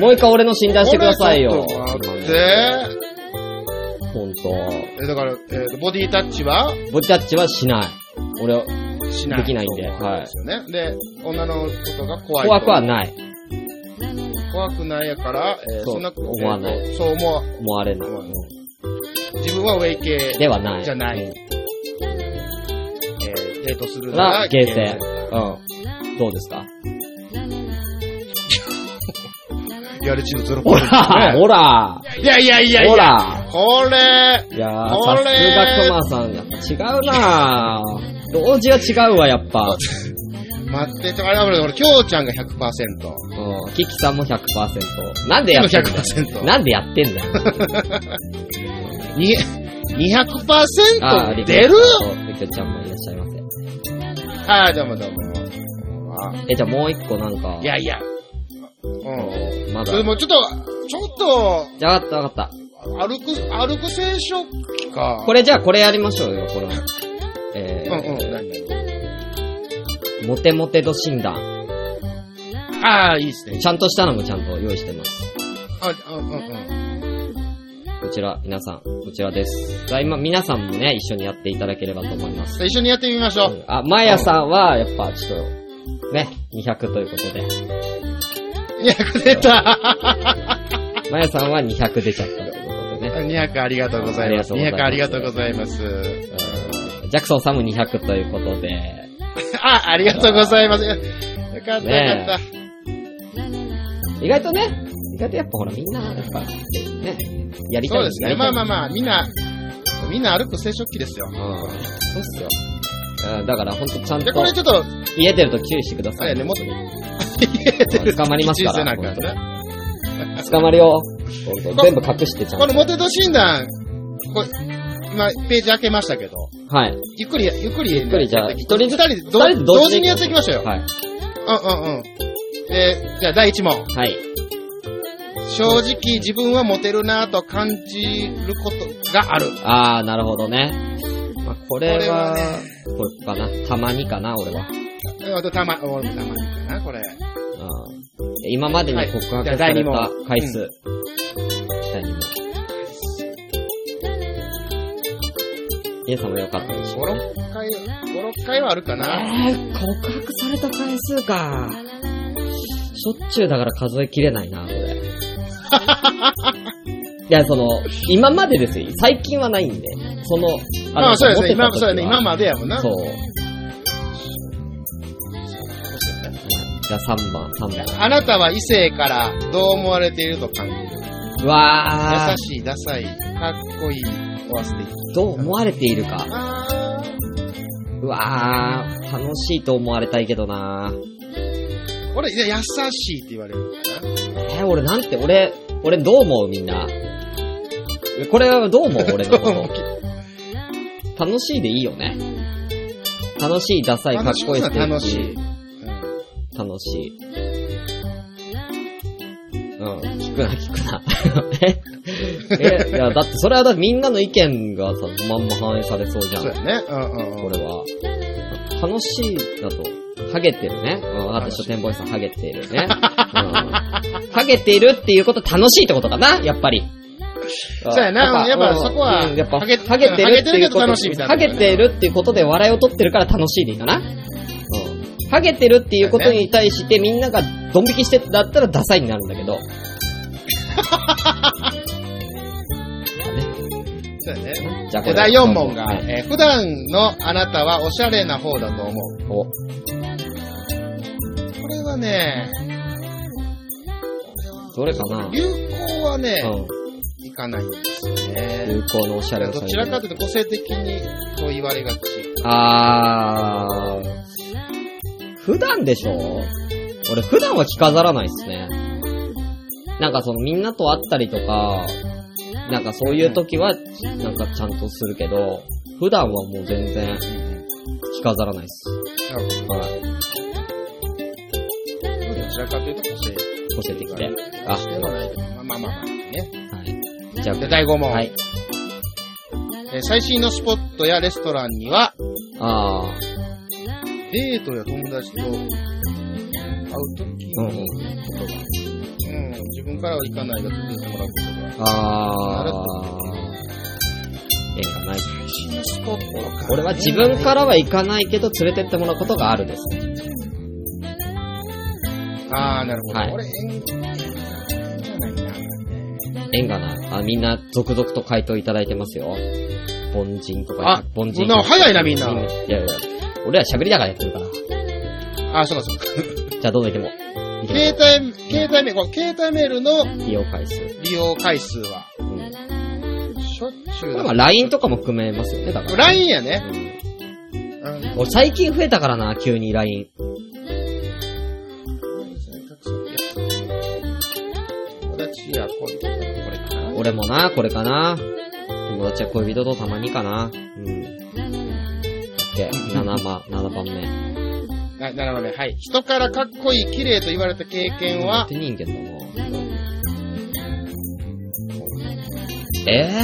Speaker 1: もう一回俺の診断してくださいよ。
Speaker 2: これちょっと待って
Speaker 1: ほんと。
Speaker 2: えーだから、えーとボディタッチは
Speaker 1: ボディタッチはしない。俺、
Speaker 2: しない。
Speaker 1: できないんではい
Speaker 2: ですよね。で、女のことが怖いと。
Speaker 1: 怖くはない。
Speaker 2: 怖くないやから、えー
Speaker 1: そう
Speaker 2: そんなこと
Speaker 1: 思わない
Speaker 2: そう思わ
Speaker 1: 思われない。
Speaker 2: 思わ自分はウェイ系、
Speaker 1: ではない。
Speaker 2: じゃない
Speaker 1: うん
Speaker 2: えーデートするな
Speaker 1: は
Speaker 2: ら、
Speaker 1: ゲー
Speaker 2: ゲ
Speaker 1: セン。
Speaker 2: ー
Speaker 1: うん。どうですか
Speaker 2: センやるチームゼロ
Speaker 1: ほらほら
Speaker 2: いやいやいやい
Speaker 1: ほ
Speaker 2: や、
Speaker 1: ら
Speaker 2: これ、
Speaker 1: いやー、
Speaker 2: こ
Speaker 1: さす
Speaker 2: れ
Speaker 1: がクマさん。やっぱ違うなぁ。同時は違うわ、やっぱ。
Speaker 2: 待って、ちょあれ、俺、俺、きょうちゃんが100%。
Speaker 1: うん。キキさんも100%。なんでやってんだよ
Speaker 2: 100%。
Speaker 1: なんでやってんだ よ。
Speaker 2: に
Speaker 1: あー、
Speaker 2: 200%
Speaker 1: リ
Speaker 2: 出る
Speaker 1: リクちゃんもいらっしゃいませ。
Speaker 2: ああ、どうもどうも。
Speaker 1: え、じゃあもう一個なんか。
Speaker 2: いやいや。うん。
Speaker 1: まだ
Speaker 2: それ。もちょっと、ちょ
Speaker 1: じゃあ、わかったわかっ
Speaker 2: っと、歩く、歩く聖書か
Speaker 1: た。。これじゃあこれやりましょうよ、この。え
Speaker 2: うんうん
Speaker 1: ー、
Speaker 2: 何
Speaker 1: モテモテ度診断。
Speaker 2: 々。ああ、いいですね。
Speaker 1: ちゃんとしたのもちゃんと用意してます。
Speaker 2: あ、うんうんうん。
Speaker 1: こちら、皆さん、こちらです。さあ、今、皆さんもね、一緒にやっていただければと思います。
Speaker 2: 一緒にやってみましょう。
Speaker 1: あ、まやさんは、やっぱ、ちょっと、ね、200ということで。
Speaker 2: 200出た。
Speaker 1: まやさんは200出ちゃったということでね。
Speaker 2: 200ありがとうございます。200
Speaker 1: あ
Speaker 2: あ
Speaker 1: り
Speaker 2: り
Speaker 1: が
Speaker 2: が
Speaker 1: とう
Speaker 2: とう
Speaker 1: ご
Speaker 2: ございます。
Speaker 1: うんジャクソンさんも200ということで。
Speaker 2: あ、ありがとうございます。よかったよかっ
Speaker 1: 意外とね、意外とやっぱほら、みんな、やっぱ、ね、や
Speaker 2: た。
Speaker 1: りたい
Speaker 2: そうです
Speaker 1: や
Speaker 2: ね。
Speaker 1: りた
Speaker 2: ま
Speaker 1: い
Speaker 2: あまあまあ、みんな、みんな歩く聖書記ですよ。
Speaker 1: うん。そうっすよ。うんだから、ほんとちゃん
Speaker 2: で、
Speaker 1: と
Speaker 2: こ、れちょっと、
Speaker 1: 家出ると注意してください。
Speaker 2: あれねもっ
Speaker 1: 本当に
Speaker 2: 家出 る
Speaker 1: 捕まりますから
Speaker 2: 気ぃつけなあかんな
Speaker 1: 捕まるよ。ほんと全部隠してちゃん
Speaker 2: この
Speaker 1: と。
Speaker 2: モテ度診断、これ今、ページ開けましたけど、
Speaker 1: はい。
Speaker 2: ゆっくり、ゆっくり、
Speaker 1: ゆっくりじゃあ
Speaker 2: 一
Speaker 1: 一人
Speaker 2: 人二
Speaker 1: ずつ
Speaker 2: 人でど
Speaker 1: 二人で同時に
Speaker 2: 同時にやっていきましょうよ。
Speaker 1: はい。
Speaker 2: うんうんうん。えーじゃあ第一問。
Speaker 1: はい。
Speaker 2: 正直自分はモテるなぁと感じることがある。
Speaker 1: あー、なるほどね。まあ、これは、
Speaker 2: これは
Speaker 1: これかな。たまにかな、俺は。
Speaker 2: えーと、たま、俺もたまにかな、これ。
Speaker 1: うん今までに告
Speaker 2: はい
Speaker 1: 白
Speaker 2: じゃあ
Speaker 1: さ
Speaker 2: 第
Speaker 1: れ
Speaker 2: 二
Speaker 1: た
Speaker 2: 問
Speaker 1: 回数。第二問。イエさんもよかったでし
Speaker 2: 5、
Speaker 1: ょうね。
Speaker 2: 6回、5、6回はあるかな。
Speaker 1: えー、告白された回数か。しょっちゅうだから数えきれないな、こ れ。いや、その、今までですよ。最近はないんで。その、
Speaker 2: まあそうですね、
Speaker 1: 持
Speaker 2: 今、
Speaker 1: ってた時は
Speaker 2: そうですね、今までやもんな。
Speaker 1: そう。じゃあ3番、3番。
Speaker 2: あなたは異性からどう思われていると感じる。
Speaker 1: うわ
Speaker 2: 優しい、ダサい、かっこいい、おわせていい。
Speaker 1: ー、どう思われているか。
Speaker 2: あー
Speaker 1: うわー、楽しいと思われたいけどな
Speaker 2: 俺、いや優しいって言われるかな。
Speaker 1: えー俺なんて、俺、俺どう思うみんな。えこれはどう思う俺のこと。楽しいでいいよね。楽しい、ダサい、かっこいいって言う
Speaker 2: 楽
Speaker 1: し
Speaker 2: しい。うん
Speaker 1: 楽しい。うん、聞くな、聞くな。 ええ、いや、だって、それはだってみんなの意見がさ、まんま反映されそうじゃん
Speaker 2: そう。やね。うんうんう
Speaker 1: こ
Speaker 2: ん。
Speaker 1: れは。楽しいだと、ハゲてるね。うん、わかった、書店ボーイさん、ハゲてる ね。うん。ハゲてるっていうこと、楽しいってことかな、やっぱり。
Speaker 2: そうやな
Speaker 1: うん
Speaker 2: やっぱ
Speaker 1: うん
Speaker 2: そこは
Speaker 1: うんやっぱ、
Speaker 2: ハ
Speaker 1: ハ
Speaker 2: ゲ
Speaker 1: ゲてるっていうこと、
Speaker 2: ハゲてるけど楽しいみたい
Speaker 1: ハ
Speaker 2: な
Speaker 1: ゲてるっていうことで笑いを取ってるから楽しいでいいかな。うん。ハゲてるっていうことに対して、みんながドン引きしてだったらダサいになるんだけど。
Speaker 2: そうやね。
Speaker 1: じゃあこれ、
Speaker 2: で第4問が、
Speaker 1: はい
Speaker 2: えー普段のあなたはおしゃれな方だと思う。
Speaker 1: お、
Speaker 2: これはね、
Speaker 1: どれかな
Speaker 2: 流行はね、
Speaker 1: うん。
Speaker 2: いかないんですよね。
Speaker 1: 流行のおしゃれをさ
Speaker 2: ど
Speaker 1: れ
Speaker 2: ち
Speaker 1: て
Speaker 2: ら
Speaker 1: る
Speaker 2: かというと個性的にこう言われがち。
Speaker 1: あー。普段でしょ俺普段は着飾らないっすね。なんかそのみんなと会ったりとか、なんかそういう時は、なんかちゃんとするけど、普段はもう全然着飾らないっす。
Speaker 2: なる
Speaker 1: はい。
Speaker 2: ほどどちらかというと個性的
Speaker 1: 個性的で。あ、は
Speaker 2: でもないけど、まあまあまあまあね。
Speaker 1: い。じゃ
Speaker 2: で、第5
Speaker 1: あ、
Speaker 2: 問、
Speaker 1: はい。
Speaker 2: えー最新のスポットやレストランには、
Speaker 1: あー。
Speaker 2: デートや友達と会うとき、
Speaker 1: うんうん。
Speaker 2: うん自分からは行かないが、連れてもらうことが。
Speaker 1: あー。縁がない。
Speaker 2: 最新のスポットか
Speaker 1: 俺は自分からは行かないけど連れてってもらうことがあるですね。
Speaker 2: ああ、なるほど。
Speaker 1: はい
Speaker 2: 俺、縁起じゃないな。
Speaker 1: 縁がない。あ、みんな続々と回答いただいてますよ。凡人と
Speaker 2: あ
Speaker 1: か、凡人。
Speaker 2: なんか早いなみんな
Speaker 1: 凡人いやいや、俺ら喋りながらやってるから。
Speaker 2: あー、そうかそうか。
Speaker 1: じゃあどんどん行けも。行け
Speaker 2: 携帯、携帯メール、この携帯メールの
Speaker 1: も。利用回数。う
Speaker 2: 利用回数は、
Speaker 1: ん。こ
Speaker 2: しょっちゅう
Speaker 1: れは
Speaker 2: だ。
Speaker 1: LINE とかも含めますよね、だから。
Speaker 2: LINE やね。
Speaker 1: うん
Speaker 2: うん。
Speaker 1: 俺最近増えたからな、急に LINE。
Speaker 2: 友達や恋人、これかな。
Speaker 1: 俺もな、これかな。友達や恋人とたまにかな。うん。OK。7番、7番目。
Speaker 2: な、なるほどね。はい。人からかっこいい、綺麗と言われた経験は
Speaker 1: 手、人間だな。え
Speaker 2: めっ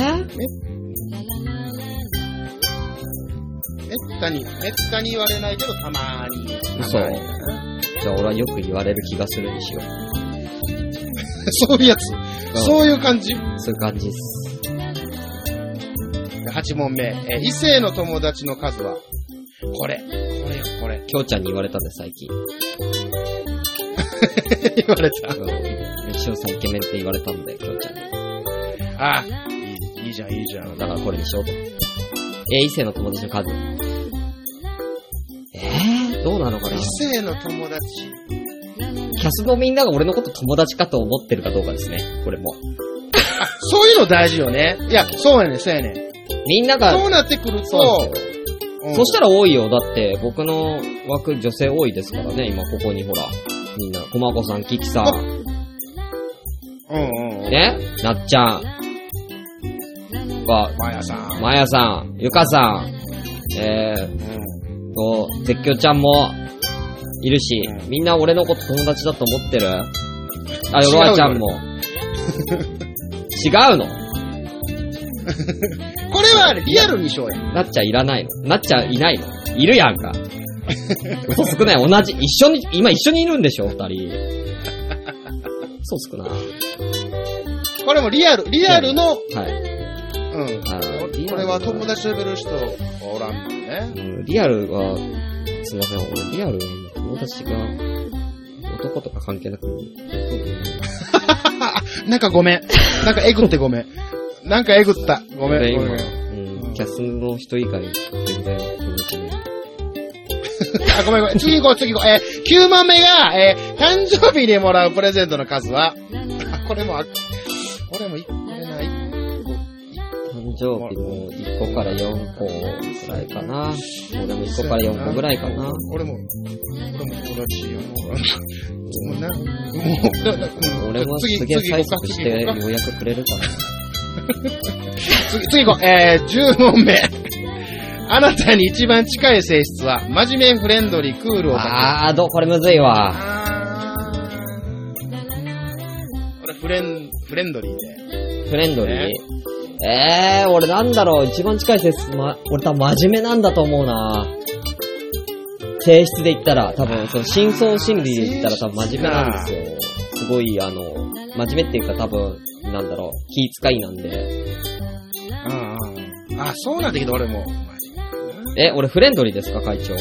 Speaker 2: たに、めったに言われないけど、たまーに。
Speaker 1: ー、嘘
Speaker 2: たまにかな
Speaker 1: じゃあ俺はよく言われる気がするにしよう。
Speaker 2: そういうやつ。そういう感じ。
Speaker 1: そういう感じっす。、
Speaker 2: 8問目、えー異性の友達の数は、これ、これよ、これ
Speaker 1: きょうちゃんに言われたんで最近。
Speaker 2: 言われた。
Speaker 1: うん。しおさんイケメンって言われたんで、きょうちゃんに。
Speaker 2: あ、いい、いいじゃん、いいじゃん。
Speaker 1: だからこれにしようと。えー異性の友達の数。えー、どうなのかな
Speaker 2: 異性の友達。
Speaker 1: キャスのみんなが俺のこと友達かと思ってるかどうかですね。これも。
Speaker 2: あ、そういうの大事よね。いや、そうやねん、そうやねん。
Speaker 1: みんなが、
Speaker 2: そうなってくると、
Speaker 1: そうですよ。
Speaker 2: うん
Speaker 1: そしたら多いよ。だって、僕の枠、女性多いですからね、今ここにほら。みんな、駒子さん、キキさん、
Speaker 2: うんうんうん。
Speaker 1: ね、なっちゃん、が、
Speaker 2: マヤさん。
Speaker 1: まやさん、ゆかさん、えー、
Speaker 2: うん
Speaker 1: こう、絶叫ちゃんも、いるし、みんな俺のこと友達だと思ってるあ、よろあちゃんも。違うの
Speaker 2: これはリアルにしようや。
Speaker 1: なっちゃんいらないのなっちゃんいないのいるやんか。嘘少ない。同じ。一緒に、今一緒にいるんでしょ二人。嘘少ない。
Speaker 2: これもリアル、リアルの、
Speaker 1: はい。
Speaker 2: うん。
Speaker 1: あー
Speaker 2: これは友達と呼べる人おらんもんね。
Speaker 1: うんリアルは、すいません、俺リアルは友達が、男とか関係なく、
Speaker 2: なんかごめん。なんかえぐってごめん。なんかえぐった。ごめん。
Speaker 1: 俺
Speaker 2: ご
Speaker 1: 今、
Speaker 2: めん
Speaker 1: うん、キャスの人以外、全然友達いない。
Speaker 2: あ、ごめんごめん。次行こう、次行こう。えー、9問目が、えー誕生日にもらうプレゼントの数は、あ、これもあ、これもい、これない。
Speaker 1: 誕生日の1個から4個ぐらいかな。俺も1個から4個ぐらいかな。
Speaker 2: これも、これも友達よ。もうな、もう、だだもう
Speaker 1: 俺も
Speaker 2: 次、
Speaker 1: すげえ
Speaker 2: 次行
Speaker 1: 催
Speaker 2: こ
Speaker 1: 促
Speaker 2: うか、
Speaker 1: し
Speaker 2: 次
Speaker 1: てよ
Speaker 2: 行こうか。
Speaker 1: うやくくれるか
Speaker 2: 次、次行こう。えー、10問目。あなたに一番近い性質は、真面目、フレンドリー、クールを。
Speaker 1: な。あー、ど、これむずいわ。
Speaker 2: あーこれフレン、フレンドリーで。
Speaker 1: フレンドリー。えー、俺なんだろう、一番近い性質、ま、俺多分真面目なんだと思うな。性質で言ったら、多分、その、真相心理で言ったら多分真面目なんですよ。すごい、あの、真面目っていうか多分、なんだろう、気遣いなんで。
Speaker 2: ああ。あ、そうなんだけど俺も。
Speaker 1: え、俺フレンドリーですか、会長。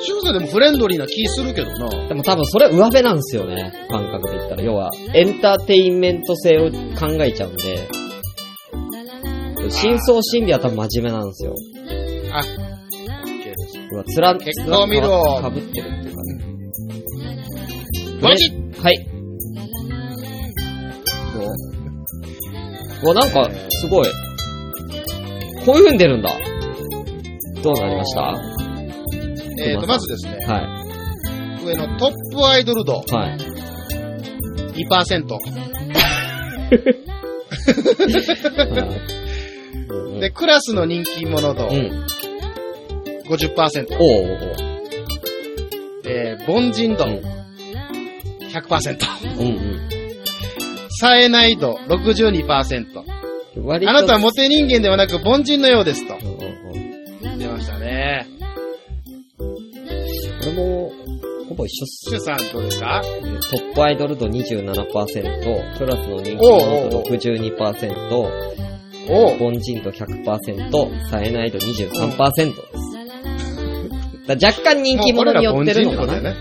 Speaker 2: シュウさんでもフレンドリーな気するけどな。
Speaker 1: でも多分それは上辺なんですよね。感覚で言ったら。要は、エンターテインメント性を考えちゃうんで。真相心理は多分真面目なんですよ。
Speaker 2: あ、
Speaker 1: うわ、つら、
Speaker 2: 結果を見ろ
Speaker 1: かぶってるっていうかね。
Speaker 2: マジ
Speaker 1: はい。どううわ、なんか、すごい。こういう風に出るんだ。どうなりましたは
Speaker 2: えーと、まずですね、
Speaker 1: い。
Speaker 2: 上のトップアイドル度
Speaker 1: はい。
Speaker 2: 2%。
Speaker 1: はい
Speaker 2: で、クラスの人気者度
Speaker 1: うん。うん。
Speaker 2: 50%。
Speaker 1: おうおうおう。
Speaker 2: えー、凡人度
Speaker 1: うん
Speaker 2: 100%。
Speaker 1: うん
Speaker 2: 冴えない度62%。
Speaker 1: うん。
Speaker 2: あ
Speaker 1: 割と
Speaker 2: なたはモテ人間ではなく凡人のようですと
Speaker 1: う。んうんうん
Speaker 2: 出ましたね。
Speaker 1: 俺も、ほぼ一緒っす。
Speaker 2: シュウさんどうですか
Speaker 1: トップアイドル度27%、クラスの人気者度62%、
Speaker 2: おう
Speaker 1: 凡人度100%、冴えない度23%です。だから若干人気者によってるのかな、
Speaker 2: もう俺ら凡人ってことだよね。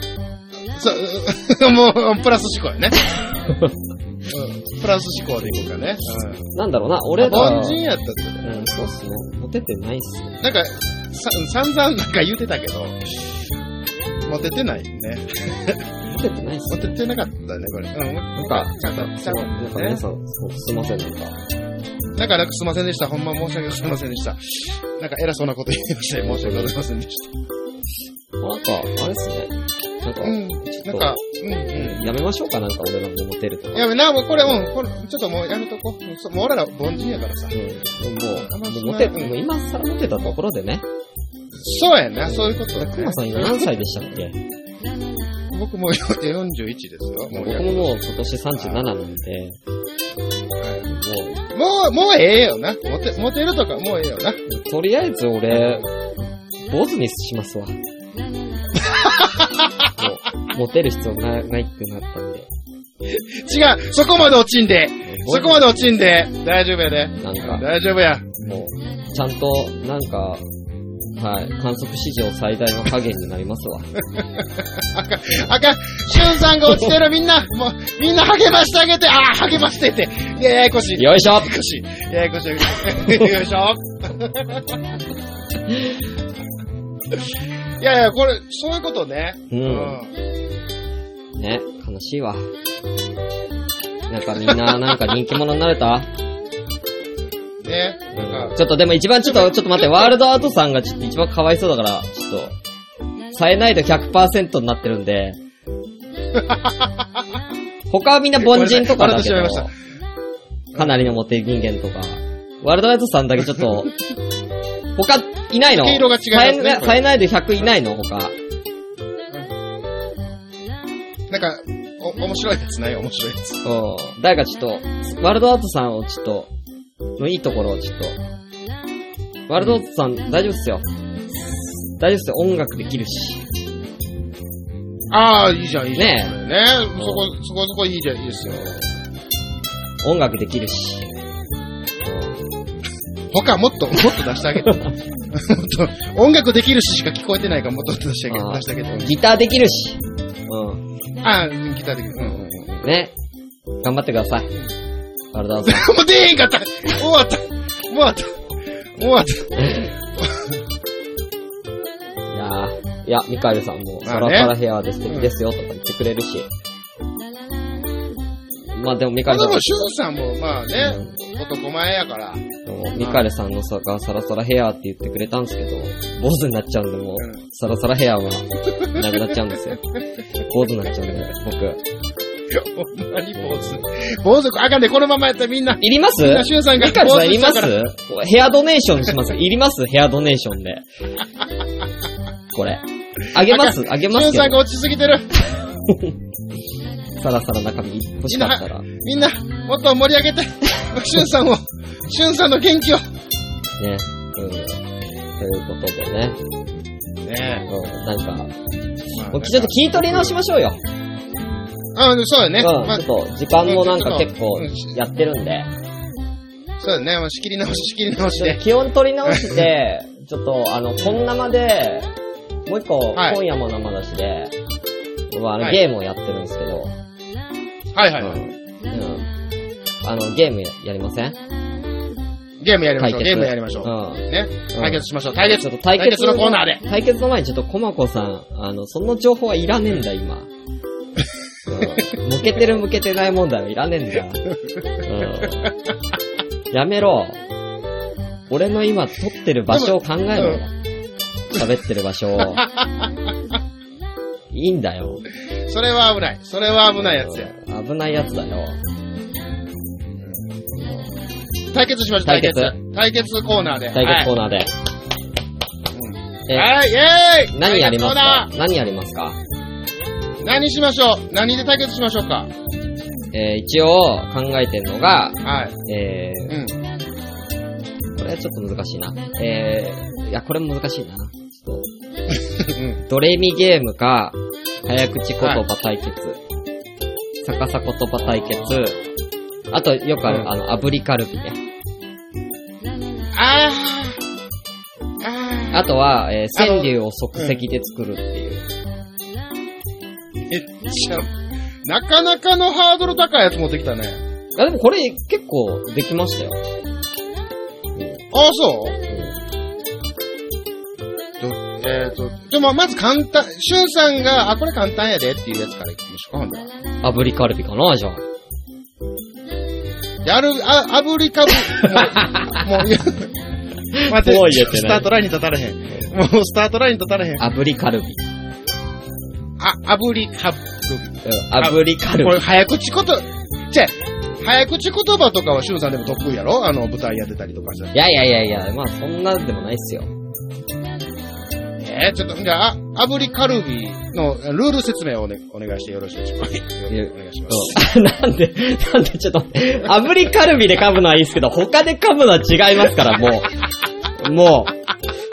Speaker 2: そう、もう、プラス思考 やね。うんプラス思考でいこうかね。
Speaker 1: なんだろうな、
Speaker 2: うん。
Speaker 1: 俺ら
Speaker 2: 凡
Speaker 1: は、
Speaker 2: 人やったってことだよ
Speaker 1: うん、そうっすね。モテてないっすね。
Speaker 2: なんか、さ、散々なんか言うてたけど、モテてないね。
Speaker 1: モテてないっす
Speaker 2: モ
Speaker 1: ね。
Speaker 2: テてなかったね、これ。うん。
Speaker 1: なんか、
Speaker 2: ちゃんと、ち
Speaker 1: そ
Speaker 2: ゃ
Speaker 1: う、
Speaker 2: ん
Speaker 1: なん
Speaker 2: と
Speaker 1: か
Speaker 2: ね
Speaker 1: 皆。さん、そうすいません、なんか。
Speaker 2: なんか、なんかすいませんでした。ほんま申し訳ございませんでした。なんか偉そうなこと言いまして、申し訳ございませんでし
Speaker 1: なんか、あれっすね。なんか、
Speaker 2: た。うん。なんか、うん、うん。
Speaker 1: やめましょうか、なんか俺らもモテるとか。
Speaker 2: やべ、な、もうこれ、うん、これ、ちょっともうやめとこう。そうもう俺ら凡人やからさ。
Speaker 1: うん、も
Speaker 2: あんま
Speaker 1: う、も
Speaker 2: し
Speaker 1: う
Speaker 2: ない
Speaker 1: モテ、
Speaker 2: うん
Speaker 1: もう今更モテたところでね。
Speaker 2: そうやな、そういうことだ
Speaker 1: クマ
Speaker 2: ね。
Speaker 1: さん今何歳でしたっけ
Speaker 2: 僕もう41ですよ。もうや
Speaker 1: 僕ももう今年37なんで、
Speaker 2: は
Speaker 1: もう、
Speaker 2: いもう、もうええよな。モテ、モテるとかもうええよな。
Speaker 1: とりあえず俺、坊主にしますわ。もう、モテる必要なないってなったんで。
Speaker 2: 違う、そこまで落ちんで。そこまで落ちんで。大丈夫やで。
Speaker 1: なんか、
Speaker 2: 大丈夫や。
Speaker 1: もう、ちゃんと、なんか、はい、観測史上最大の加減になりますわ。
Speaker 2: あかん、シュンさんが落ちてるみんな、もう、みんな励ましてあげて、ああ、励ましてって。ややこしい。や
Speaker 1: よいしょ
Speaker 2: やこしい。ややこしい。 よいしょ。いやいや、これ、そういうことね。
Speaker 1: う。
Speaker 2: うんん。
Speaker 1: ね、悲しいわ。なんかみんな、なんか人気者になれた
Speaker 2: ね。なんか、
Speaker 1: ちょっとでも一番ちょっと、ちょっと待って、ワールドアートさんがちょっと一番かわいそうだから、ちょっと、冴えないと100%になってるんで、他はみんな凡人とかだけ
Speaker 2: ごめん
Speaker 1: ど
Speaker 2: なさい笑ってしまいま、
Speaker 1: かなりのモテ人間とか、ワールドナイトさんだけちょっと、他いないの
Speaker 2: 毛色が違いますね
Speaker 1: さえな
Speaker 2: これ
Speaker 1: さえないで100いないの他。
Speaker 2: なんか、お、面白いやつない面白いやつ。
Speaker 1: うん。誰かちょっと、ワールドアートさんをちょっと、のいいところをちょっと。ワールドアートさん、大丈夫っすよ。大丈夫っすよ。音楽できるし。
Speaker 2: ああ、いいじゃん、いいじゃ
Speaker 1: ね
Speaker 2: ん。ねそこ、そこそこいいじゃん、いいですよ。
Speaker 1: 音楽できるし。
Speaker 2: 他もっと、もっと出してあげ て。もっと、音楽できるししか聞こえてないから、もっと出してあげ
Speaker 1: あー
Speaker 2: て、出してあげて。
Speaker 1: ギターできるし。うん。
Speaker 2: ああ、ギターできる。うんうん うん。
Speaker 1: ね。頑張ってください。ワールドアートさん。
Speaker 2: もう出えへんかった終わった終わった終わった
Speaker 1: いやーいや、ミカエルさんも、
Speaker 2: ま
Speaker 1: サ
Speaker 2: あ
Speaker 1: ラ
Speaker 2: ね
Speaker 1: サラヘアで素敵ですよとか言ってくれるし。まあでもミカエル
Speaker 2: で
Speaker 1: さん
Speaker 2: も、シュンさんも、まあね、男前やから。
Speaker 1: でもミカエルさんのさ、がサラサラヘアって言ってくれたんですけど、坊主になっちゃうんで、もう、
Speaker 2: うん
Speaker 1: サラサラヘアは、なくなっちゃうんですよ。坊主になっちゃうんで、僕。
Speaker 2: ほんまに坊主。坊主、あかんで、このままやったらみんな、
Speaker 1: いります
Speaker 2: みんなシュンさんが
Speaker 1: ミカエル
Speaker 2: 坊
Speaker 1: さん
Speaker 2: 主
Speaker 1: いり
Speaker 2: し
Speaker 1: ます
Speaker 2: たから。
Speaker 1: ヘアドネーションします。いりますヘアドネーションで。これ。あげますあげま
Speaker 2: シ
Speaker 1: す
Speaker 2: ュン
Speaker 1: け
Speaker 2: さん
Speaker 1: ど
Speaker 2: が、落ちすぎてる。
Speaker 1: サラサラ中身欲しかったら。ね。
Speaker 2: みんな、もっと盛り上げて。シュンさんを、シュンさんの元気を。
Speaker 1: うん。ということでね。
Speaker 2: ね
Speaker 1: うん。なんか、
Speaker 2: え
Speaker 1: もうちょっと聞い取り直しましょうよ。
Speaker 2: あ、そうだ
Speaker 1: う
Speaker 2: ね。
Speaker 1: ん。ち
Speaker 2: まあ、
Speaker 1: ょっと、時間もなんか結構やってるんで。
Speaker 2: そうだね。まあ仕切り直し、仕切り直し
Speaker 1: ちょっ
Speaker 2: で
Speaker 1: と。気温取り直 して、ちょっと、あの、本生で、もう一個、
Speaker 2: はい
Speaker 1: 今夜も生だしで、僕はあの、
Speaker 2: はい
Speaker 1: ゲームをやってるんですけど、
Speaker 2: はいはいは
Speaker 1: う
Speaker 2: い。
Speaker 1: んうん。あの、ゲームややりません
Speaker 2: ゲームやりま
Speaker 1: 対
Speaker 2: しょう。
Speaker 1: 決。
Speaker 2: ゲームやりましょう。
Speaker 1: ん。
Speaker 2: ね。
Speaker 1: うん
Speaker 2: 対決しましょう。対
Speaker 1: ち
Speaker 2: 決
Speaker 1: ょっ。と対決
Speaker 2: のコーナーで。
Speaker 1: 対決の前にちょっとコマコさん、あの、その情報はいらねえんだ、今。うん。向けてる向けてない問題はいらねえんだ。うん。やめろ。俺の今撮ってる場所を考えろ
Speaker 2: で。
Speaker 1: 喋ってる場所を。いいんだよ。
Speaker 2: それは危ない。それは危ないやつや。
Speaker 1: うん危ないやつだよ。
Speaker 2: 対決しましょう。対決
Speaker 1: 対。
Speaker 2: 対決コーナーで。
Speaker 1: 対決コーナーで。え
Speaker 2: はい。はい、イェーイ
Speaker 1: 何やります
Speaker 2: 対
Speaker 1: か
Speaker 2: 決
Speaker 1: 何やりますか
Speaker 2: コーナー何しましょう何で対決しましょうか
Speaker 1: えー一応考えてるのが、
Speaker 2: はい。
Speaker 1: えー
Speaker 2: うん。
Speaker 1: これはちょっと難しいな。えー、いや、これも難しいな。ちょっと、ドレミゲームか、早口言葉対決、逆さ言葉対決、あと、よくある、
Speaker 2: うん
Speaker 1: あの、炙りカルビね。
Speaker 2: あー。あー。
Speaker 1: あとは、えー、
Speaker 2: あの
Speaker 1: 川柳を即席で作るっていう。
Speaker 2: めっちゃ、なかなかのハードル高いやつ持ってきたね。
Speaker 1: いや、でもこれ結構できましたよ。
Speaker 2: ああ、そう
Speaker 1: う
Speaker 2: どえっ、と、でもまず簡単、しゅんさんが、あ、これ簡単やでっていうやつからいきましょうか、ほんなら
Speaker 1: ん。炙りカルビかな、じゃあ。
Speaker 2: やる、あ、炙りかぶ、 もう、もう、いや
Speaker 1: もう言えて
Speaker 2: 待って、
Speaker 1: ない
Speaker 2: スタートラインに立たれへん。もうスタートラインに立たれへん。
Speaker 1: 炙りカルビ。
Speaker 2: あ、炙りかぶ。
Speaker 1: うん、炙りカル
Speaker 2: こ
Speaker 1: ビ。
Speaker 2: れ早口こと、じゃ早口言葉とかはしゅんさんでも得意やろあの、舞台やってたりとかさ。
Speaker 1: いやいやいやいや、まあそんなでもないっすよ。
Speaker 2: えー、ちょっと、じゃあ、あ炙りカルビのルール説明をお,、ね、お願いしてよろしいでしょうか。お願いします。
Speaker 1: うん なんで、なんでちょっと、炙りカルビで噛むのはいいですけど、他で噛むのは違いますから、もう。も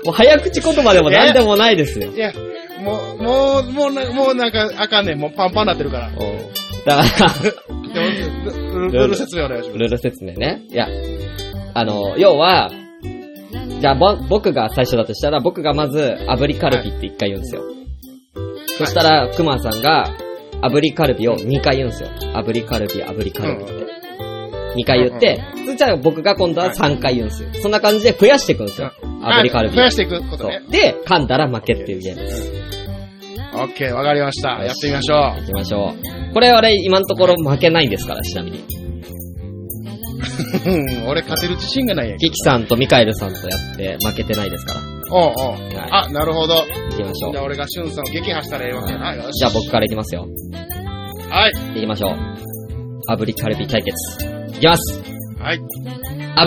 Speaker 1: う、もう早口言葉でも何でもないですよ。
Speaker 2: いや、もう、もう、もうな、もうなんか、あかんねん。もうパンパンなってるから。
Speaker 1: うんだから、
Speaker 2: でもルルルール説明お願いします。
Speaker 1: ルール説明ね。いや、あの、要は、じゃあ、ぼ、僕が最初だとしたら、僕がまず、炙りカルビって一回言うんですよ。そしたら、クマさんが、炙りカルビを二回言うんですよ。炙りカルビ、炙りカルビって。二回言って、そしたら僕が今度は三回言うんですよ。そんな感じで増やしていくんですよ。炙りカルビ
Speaker 2: あ増。やしていくこと
Speaker 1: そ
Speaker 2: ね
Speaker 1: う。で、噛んだら負けっていうゲームです。
Speaker 2: オッケー、わかりました。やってみましょう。
Speaker 1: 行きましょう。これ、俺、今のところ負けないんですから、ちなみに。
Speaker 2: うん俺勝てる自信がないやんけ。
Speaker 1: キキさんとミカエルさんとやって負けてないですから。
Speaker 2: おうおう。
Speaker 1: はい
Speaker 2: あ、なるほど。
Speaker 1: 行きましょう
Speaker 2: じゃあ。俺がしゅんさんを撃破したらええわけやな。よし
Speaker 1: じゃあ僕からいきますよ。
Speaker 2: はい。
Speaker 1: 行きましょう。炙りカルビ対決。いきます。
Speaker 2: はい。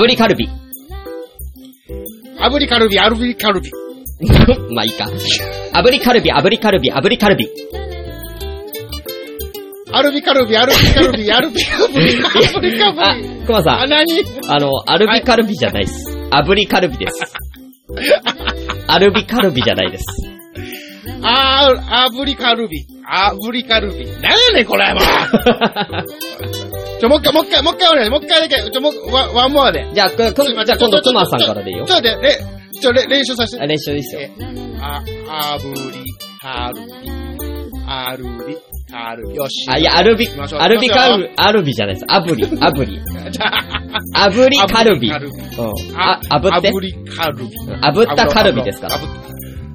Speaker 1: 炙りカルビ。
Speaker 2: 炙りカルビ、炙りカルビ。
Speaker 1: まあいいか。炙りカルビ、炙りカルビ、炙りカルビ。
Speaker 2: アルビカルビ、アルビカル ビ、アルビカルビ、アルビカ
Speaker 1: あ
Speaker 2: ルビ。、
Speaker 1: クマさ
Speaker 2: あ、
Speaker 1: ん、
Speaker 2: なに
Speaker 1: あの、アルビカルビじゃないです。炙りカルビ です。アルビカルビじゃないです。
Speaker 2: あー、炙りカルビ。炙りカルビ。なんやねん、これ、もう。ちょ、もう一回、もう一回、もう一回お願い、もう一回だけ。ちょ、もう、ワワンモアで。
Speaker 1: じゃあ、くく
Speaker 2: すいま
Speaker 1: じ
Speaker 2: せ
Speaker 1: ゃあ今度クマさんからでいいよ
Speaker 2: ち。ょ、ちょちょちょちょ待って、れ、ちょ、れ、練習させ
Speaker 1: あ
Speaker 2: て。
Speaker 1: 練習いいっすよ。
Speaker 2: あ、炙りカルビ。アルビカルビ。よし。
Speaker 1: あ、いや、アルビ
Speaker 2: 行きまし、ょう
Speaker 1: アルビカル
Speaker 2: 行
Speaker 1: ビ、アルビじゃないです。炙り、炙り。
Speaker 2: じゃあ
Speaker 1: 炙りカルビ。
Speaker 2: 炙
Speaker 1: う
Speaker 2: りカルビ
Speaker 1: ん。あ
Speaker 2: あ、、
Speaker 1: 炙って
Speaker 2: 炙。りカルビ。
Speaker 1: 炙ったカルビですから
Speaker 2: 炙。った。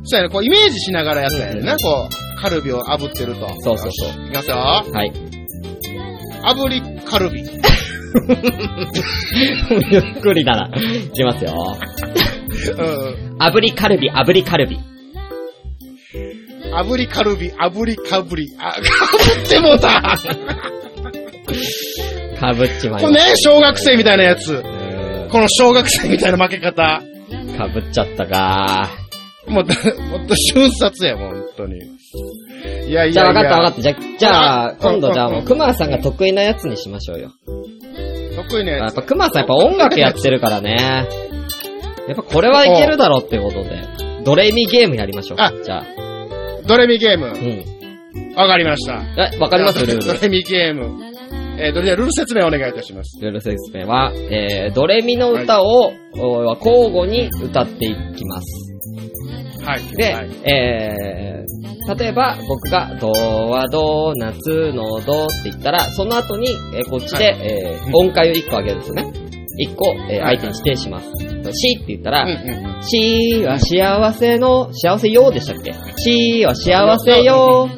Speaker 2: そうやね、こうイメージしながらやったやねな、こう、カルビを炙ってると。。
Speaker 1: そうそうそう
Speaker 2: いきますよ。
Speaker 1: はい。
Speaker 2: 炙りカル ビ。
Speaker 1: ゆっくりだな。いきますよ。
Speaker 2: うん。
Speaker 1: 炙りカルビ、炙りカルビ。
Speaker 2: 炙りカルビ、炙りカブリ。あ、かぶってもうた
Speaker 1: かぶっちまい
Speaker 2: こ
Speaker 1: ま
Speaker 2: れね
Speaker 1: し、
Speaker 2: 小学生みたいなやつ。
Speaker 1: た。う
Speaker 2: この小学生みたいな負け方。
Speaker 1: ーんかぶっちゃったか
Speaker 2: もう、だほんと瞬殺や、もう本当に。いやいやいや。
Speaker 1: じゃあ分かった分かった。じゃあ、じゃあ、
Speaker 2: ほら
Speaker 1: 今度じゃあも
Speaker 2: う
Speaker 1: う、
Speaker 2: ん
Speaker 1: クマさんが得意なやつにしましょうよ。
Speaker 2: 得意ね
Speaker 1: やっぱクマさんやっぱ音楽やってるからね。やっぱこれはいけるだろうってことで。ドレミゲームやりましょう。
Speaker 2: あ
Speaker 1: じゃあ。
Speaker 2: ドレミゲーム
Speaker 1: う。ん。
Speaker 2: わかりました。
Speaker 1: え、わかりますルー
Speaker 2: ド
Speaker 1: ル。
Speaker 2: レミゲーム。えー、ドレミルール説明お願いいたします。
Speaker 1: ルール説明は、えー、ドレミの歌を、お交互に歌っていきます。
Speaker 2: はい。
Speaker 1: で、
Speaker 2: はい
Speaker 1: えー、例えば僕がドはドーナツのドって言ったら、その後に、えーこっちで、
Speaker 2: は
Speaker 1: えー音階を1個上げるんですよね。1個、えー
Speaker 2: はい
Speaker 1: 相手に指定します。シーって言った
Speaker 2: うん
Speaker 1: ら、
Speaker 2: うんうん。
Speaker 1: シーは幸せの、幸せよでしたっけシーは幸せよ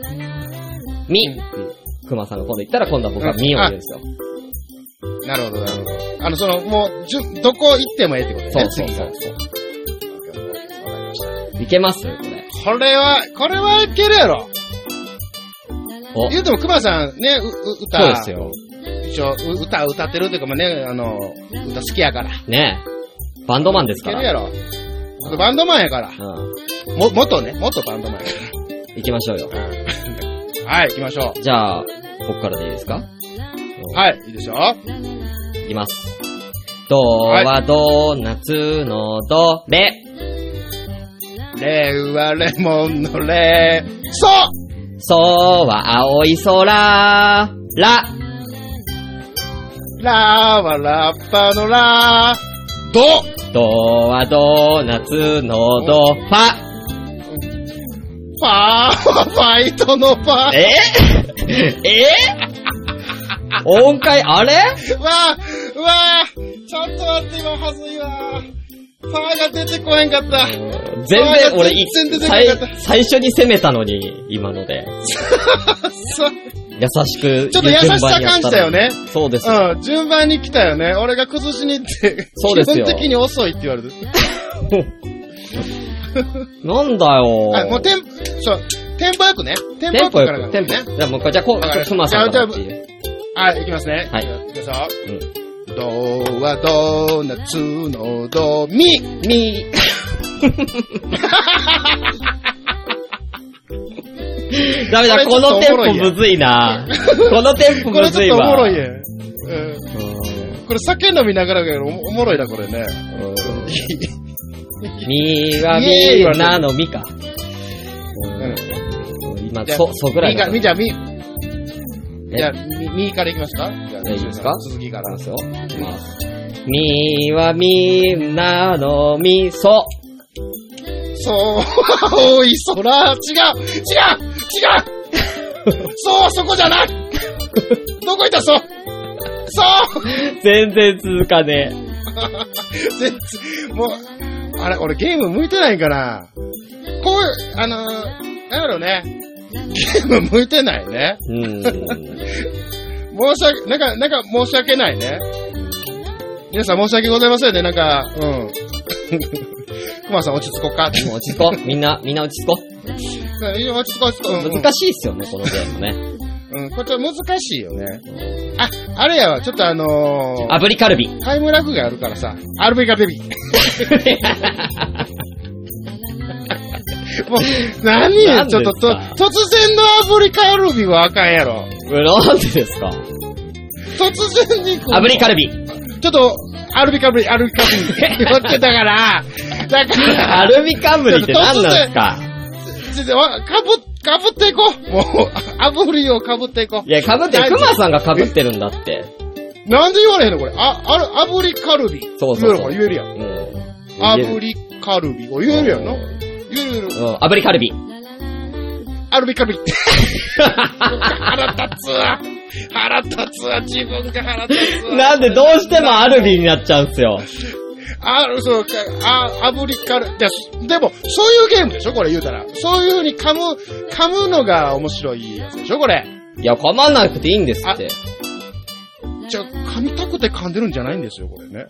Speaker 1: み、
Speaker 2: うん
Speaker 1: クマさんが今度言ったら、今度は僕がみを言うんですよ。
Speaker 2: なるほど、なるほど。あの、その、もう、じゅ、どこ行ってもええってこと
Speaker 1: そう
Speaker 2: ね。
Speaker 1: そう
Speaker 2: 次
Speaker 1: そ
Speaker 2: が
Speaker 1: う
Speaker 2: わかりまし
Speaker 1: いけますこれ。
Speaker 2: たこれは、これはいけるやろ。
Speaker 1: お、
Speaker 2: 言うても、熊さんね、う、う、歌、
Speaker 1: そうですよ。
Speaker 2: 一応、う歌、歌ってるっていうか、まあね、あの、歌好きやから。い
Speaker 1: ねえ。バンドマンです
Speaker 2: け
Speaker 1: か
Speaker 2: るや
Speaker 1: ら。
Speaker 2: ろ。バンドマンやから。
Speaker 1: う
Speaker 2: も、元ね、元バンドマンやか
Speaker 1: ん。いきましょうよ。
Speaker 2: ら。 はい、行きましょ
Speaker 1: じゃあ、僕からでいいですか
Speaker 2: う。はい、いいですよ。
Speaker 1: いきます。ドはドーナツのドレ。
Speaker 2: レウはレモンのレそう
Speaker 1: ソは青い空。ラ。
Speaker 2: ラーはラッパのラー。ド
Speaker 1: ドはドーナツのド。ファ。
Speaker 2: ファーはファイトのファー。
Speaker 1: ええ音階、あれ
Speaker 2: うわあうわあちょっと待って、今、はずいわパーが出てこへんかった。
Speaker 1: 全然、俺、い
Speaker 2: 全然出
Speaker 1: 最
Speaker 2: てなかっ
Speaker 1: 最初に攻めたのに、今ので。
Speaker 2: そう
Speaker 1: 優しく、
Speaker 2: ちょっと優しさ感じたよね。
Speaker 1: そうです。
Speaker 2: うん、順番に来たよね。俺が崩しに行って、
Speaker 1: そうですよ
Speaker 2: 基本的に遅いって言われる。
Speaker 1: なんだよ。
Speaker 2: あ、もうテン、そう、テンポよくね。テンポ
Speaker 1: テ
Speaker 2: よ
Speaker 1: ン
Speaker 2: く
Speaker 1: ポ
Speaker 2: か
Speaker 1: よ
Speaker 2: らな
Speaker 1: く、テンポ。
Speaker 2: ね。
Speaker 1: じゃあもう一回、じゃあ、こう、
Speaker 2: わかりまし
Speaker 1: ク
Speaker 2: た
Speaker 1: マさんからっていう。
Speaker 2: はい、行きますね。
Speaker 1: はい
Speaker 2: 行きますよ。
Speaker 1: うん。
Speaker 2: ドはドーナツのドミ。
Speaker 1: みダメだ、
Speaker 2: こ
Speaker 1: こ
Speaker 2: れちょ
Speaker 1: の
Speaker 2: っと
Speaker 1: テ
Speaker 2: おもろい
Speaker 1: ンポむずいな。このテンポ
Speaker 2: こ
Speaker 1: む
Speaker 2: れち
Speaker 1: ずい
Speaker 2: ょっとおも
Speaker 1: わ。
Speaker 2: ろいやん。うん。これ酒飲みながらやけど、おもろいな、これね。
Speaker 1: うんみはみんなのみか。うん今、そ、そぐらい
Speaker 2: みか、み
Speaker 1: い
Speaker 2: じゃあみ、じゃあ、
Speaker 1: き
Speaker 2: み、みからいきますかじゃあ
Speaker 1: いいですか
Speaker 2: 続きから
Speaker 1: ま。すよ。いきます。みはみんなのみそ。
Speaker 2: そう、 青い空、違う違う違うそう、そこじゃないどこ行ったそうそう
Speaker 1: 全然続かねえ。
Speaker 2: 全然、もう、あれ、俺ゲーム向いてないんかなこういう、あのー、なんやろね。ゲーム向いてないね。
Speaker 1: うん。
Speaker 2: 申し訳、なんか、なんか申し訳ないね。皆さん申し訳ございませんね。なんか、うん。 熊さん落ち着こうか。
Speaker 1: もう落ち着こう。みんな、みんな落ち着こう。
Speaker 2: 落ち着こう、落ち着こう。うんうん
Speaker 1: 難しいっすよね、このゲームね。
Speaker 2: うん、これちょっと難しいよね。あ、あれやわ、ちょっとあのー、
Speaker 1: 炙りカルビ。
Speaker 2: タイムラグがあるからさ、アルベカ デビ。もう、何
Speaker 1: なんで
Speaker 2: ちょっとと、突
Speaker 1: さ
Speaker 2: 然の炙りカルビはあかんやろ。
Speaker 1: なんでですか
Speaker 2: 突然にこう
Speaker 1: 炙りカルビ。
Speaker 2: ちょっと、アルビカブリ、アルビカブリって言ってたから、だから、
Speaker 1: アルミカブリって何なんですか
Speaker 2: ちょっとわかぶ、かぶっていこう。もう、炙りをかぶっていこ
Speaker 1: いや、かぶって、クマさんがかぶってるんだって。
Speaker 2: う。なんで言われへんのこれ。あ、ある、炙りカルビ。
Speaker 1: そうそうそう
Speaker 2: 言えるや。
Speaker 1: うんん。
Speaker 2: 炙りカルビ。お、言えるやんの
Speaker 1: うん
Speaker 2: 言える言える。
Speaker 1: うん、炙りカルビ。
Speaker 2: アルビカルビ。 腹立つわ。腹立つわ。自分が腹立つわ。
Speaker 1: なんでどうしてもアルビになっちゃうんすよ。
Speaker 2: あ、そうか、あ、炙りカル、ででも、そういうゲームでしょこれ言うたら。そういう風に噛む、噛むのが面白いやつでしょこれ。
Speaker 1: いや、構わなくていいんですって。
Speaker 2: じゃあ、噛みたくて噛んでるんじゃないんですよ、これね。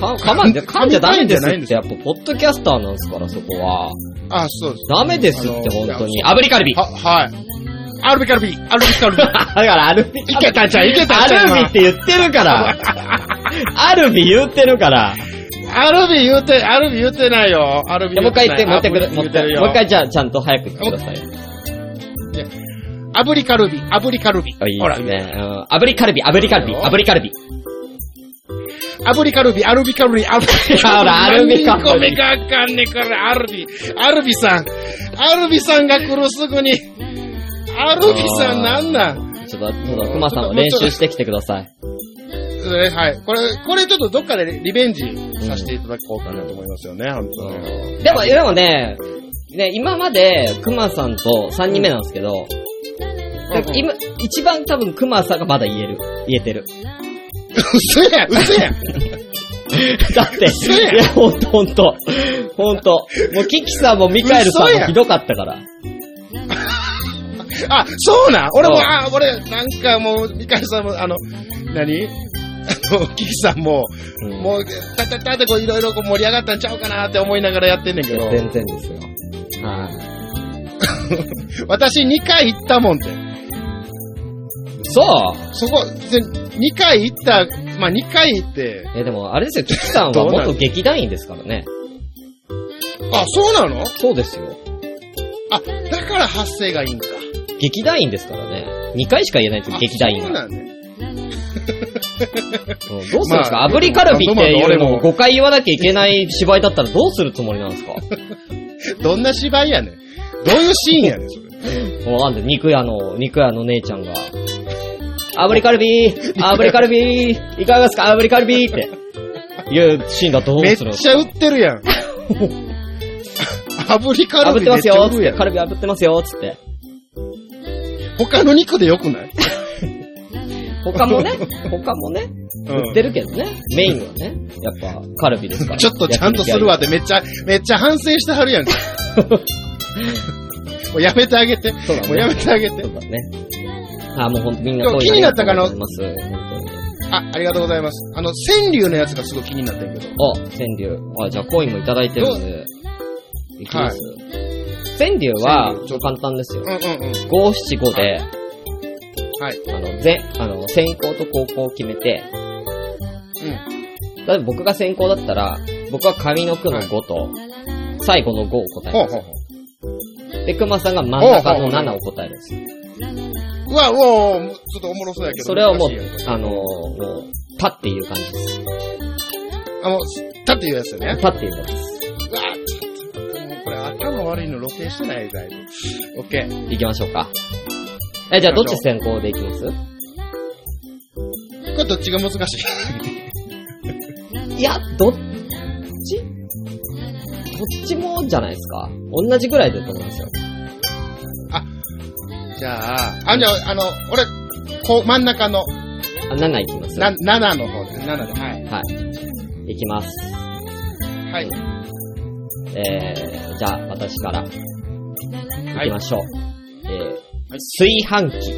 Speaker 1: か、噛まんで、噛んじゃダメです
Speaker 2: 噛みたいんじゃない
Speaker 1: っ
Speaker 2: んで
Speaker 1: て、やっぱ、
Speaker 2: す
Speaker 1: ポッドキャスターなんですから、そこは。
Speaker 2: あ、そうです。
Speaker 1: ダメですって、本当に。炙りカルビ。
Speaker 2: は、はい。アルビカルビ、アルビカル ビ。
Speaker 1: だから、アルビ。
Speaker 2: いけたんちゃういけたんちゃう
Speaker 1: アルビって言ってる から。アルビ言ってるから。
Speaker 2: アルビ言うて、アルビ言うてないよ。アルビ
Speaker 1: じゃあもう一回言って、持ってくる、持って
Speaker 2: る
Speaker 1: る。
Speaker 2: よ。
Speaker 1: もう一回じゃあ、ちゃんと早く言ってください。
Speaker 2: 炙りカルビ、炙りカルビ。
Speaker 1: あ、いい
Speaker 2: ほ
Speaker 1: で
Speaker 2: ら
Speaker 1: す、ね。うん炙りカルビ、炙りカルビ、炙りカルビ。
Speaker 2: 炙りカルビ、アルビカルビ、アルビ
Speaker 1: ほらアルビカルビ
Speaker 2: 何個目があかんねんから、アルビ。アルビさん。アルビさんが来るすぐに。アルビさんなんなん
Speaker 1: ちょっと、ちょっと、熊さんは練習してきてください。
Speaker 2: えはい。これ、これちょっとどっかでリベンジさせていただこうかなと思いますよね、本当に。
Speaker 1: でも、でもね、ね、今まで、熊さんと3人目なんですけど、
Speaker 2: うん
Speaker 1: 今、一番多分熊さんがまだ言える。言え てる。
Speaker 2: 嘘や、嘘や。
Speaker 1: だって、
Speaker 2: 嘘やん
Speaker 1: いや、ほんとほんと。ほんと。もう、キキさんもミカエルさん
Speaker 2: 嘘
Speaker 1: も
Speaker 2: やん
Speaker 1: ひどかったから。
Speaker 2: あ、そうなん俺も、
Speaker 1: そう
Speaker 2: あ、俺、なんかもう、ミカエルさんも、あの、何 あの、キキさんも、
Speaker 1: うん
Speaker 2: もう、たたたってこう、いろいろこう盛り上がったんちゃうかなって思いながらやってんねんけ
Speaker 1: いや
Speaker 2: ど、
Speaker 1: 全然ですよ。はい。
Speaker 2: 私2回行ったもんって。
Speaker 1: そう
Speaker 2: そこ、で2回行った、まあ2回行って、
Speaker 1: え、でも、あれですよ、キキさんは
Speaker 2: どうなん
Speaker 1: 元劇団員ですからね。
Speaker 2: あ、そうなの
Speaker 1: そうですよ。
Speaker 2: あ、だから発声がいいんか。
Speaker 1: 劇団員ですからね。2回しか言えないですよ、
Speaker 2: あ
Speaker 1: 劇団員
Speaker 2: そ
Speaker 1: が
Speaker 2: う。なんね。
Speaker 1: うんどうするんですか、
Speaker 2: まあ
Speaker 1: 炙りカルビってい
Speaker 2: ど
Speaker 1: う
Speaker 2: うもどう
Speaker 1: のを
Speaker 2: も
Speaker 1: 5回言わなきゃいけない芝居だったらどうするつもりなんです か
Speaker 2: どんな芝居やねん。どういうシーンやねん、それ。
Speaker 1: わかんない。肉屋の、肉屋の姉ちゃんが。炙りカルビー炙りカルビーいかがですか炙りカルビーって。いうシーンだとどう
Speaker 2: めっ
Speaker 1: するんです
Speaker 2: ち
Speaker 1: か
Speaker 2: ゃ売ってるや ん。炙りカ
Speaker 1: 炙っ
Speaker 2: ルビ
Speaker 1: て
Speaker 2: め
Speaker 1: ま
Speaker 2: っ
Speaker 1: す
Speaker 2: ち
Speaker 1: よ
Speaker 2: ゃ
Speaker 1: ー
Speaker 2: 売
Speaker 1: つっ
Speaker 2: る
Speaker 1: て。
Speaker 2: やん。
Speaker 1: カルビ炙ってますよーつって。
Speaker 2: 他の肉でよくない
Speaker 1: 他もね、他もね、
Speaker 2: う
Speaker 1: 売
Speaker 2: ん
Speaker 1: ってるけどね。メインはね、やっぱカルビですから。
Speaker 2: ちょっとちゃんとするわってめっちゃ、めっちゃ反省しては るやんか。もうやめてあげて。も
Speaker 1: そうだね
Speaker 2: うやめてあげて
Speaker 1: そ。うだね。あー、もうほんとみんな声がいいと思います。本当に
Speaker 2: あ、ありがとうございます。あの、川柳のやつがすごい気になってんけど。
Speaker 1: あ、川柳。あ、じゃあコインもいただいてるんで、いきます。川柳は
Speaker 2: 川柳ちょっと
Speaker 1: 簡単ですよ
Speaker 2: う。んうんうん。
Speaker 1: 五七五で、
Speaker 2: はい。
Speaker 1: あの、ぜ、あの、先行と高校を決めて、
Speaker 2: うん。
Speaker 1: 例えば僕が先行だったら、僕は上の句の5と、最後の5を答え
Speaker 2: ほう
Speaker 1: ま
Speaker 2: ほうほ
Speaker 1: す。で、熊さんが真ん中
Speaker 2: ほ
Speaker 1: の
Speaker 2: うほうほ
Speaker 1: 7
Speaker 2: う
Speaker 1: を答えるんです。
Speaker 2: う。うわ、うわ、うわちょっとおもろそうやけど。
Speaker 1: それをもう
Speaker 2: 難しいやん、
Speaker 1: あのー、もう、パっていう感じです。
Speaker 2: あ、もう、たっていうやつよね。
Speaker 1: パっていう感じです。
Speaker 2: うわ、ちょっと、もうこれ頭悪いの露呈してないだいぶ。オッケー。
Speaker 1: いきましょうか。え、じゃあどっち先行でいきます
Speaker 2: これどっちが難しい
Speaker 1: いや、どっちどっちもじゃないですか。同じぐらいでと思いますよ。
Speaker 2: じゃあ、あ、じゃあ、あの、俺、こう、真ん中の、
Speaker 1: あ、7いきます。
Speaker 2: な、7の方です。7で。はい。
Speaker 1: はい。いきます。
Speaker 2: はい。
Speaker 1: えー、じゃあ、私から。
Speaker 2: はい
Speaker 1: き
Speaker 2: い
Speaker 1: ま。しょう。えー、炊飯器、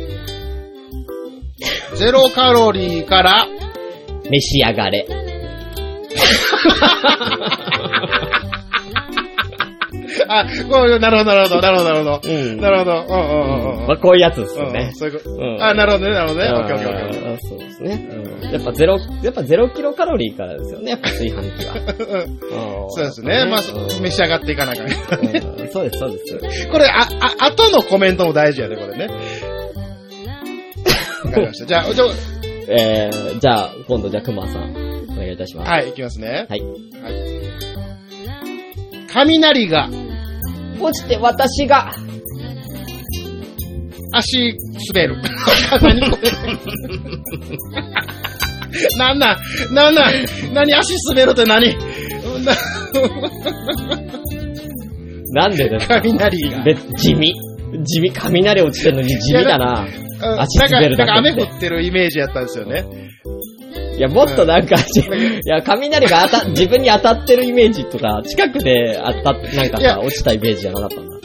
Speaker 2: ゼロカロリーから、
Speaker 1: 召し上がれ。
Speaker 2: ああ、こう、なるほど、なるほど、なるほど、なるほど。
Speaker 1: うん。
Speaker 2: なるほど。うんうんうんうん
Speaker 1: まあ、こういうやつですよ
Speaker 2: うんう
Speaker 1: ね
Speaker 2: ん。そういうこ
Speaker 1: う
Speaker 2: と。
Speaker 1: ん。
Speaker 2: あ、なるほどね、なるほどね。オッケーオッケーオッケー。
Speaker 1: あーそうですね。やっぱゼロ、やっぱゼロキロカロリーからですよね、やっぱ炊飯器は。ん
Speaker 2: そうですね。まあ、そ
Speaker 1: うん
Speaker 2: 召し上がっていか なきゃ。
Speaker 1: うんそうです、そうです。
Speaker 2: これ、あ、あ、後のコメントも大事やね、これね。わかりました。じゃあ、ちょ、
Speaker 1: えー、じゃあ、今度じゃあ、くまさん、お願いいたします。
Speaker 2: はい、いきますね。
Speaker 1: はい。
Speaker 2: 雷が
Speaker 1: 落ちて私が、
Speaker 2: 足滑る。 何これ。なんなん、なんなん、何足滑るって何 な
Speaker 1: なんでですか
Speaker 2: 雷が。
Speaker 1: 別、地味。地味、雷落ちてるのに地味だな。
Speaker 2: うん
Speaker 1: 足滑るだけっ
Speaker 2: なんか、なん
Speaker 1: て
Speaker 2: か雨降ってるイメージやったんですよね。
Speaker 1: いや、もっとなんか、いや、雷が 当た、自分に当たってるイメージとか、近くで当たっ、なんか
Speaker 2: いや
Speaker 1: さ、落ちたイメージじゃなかったんだ。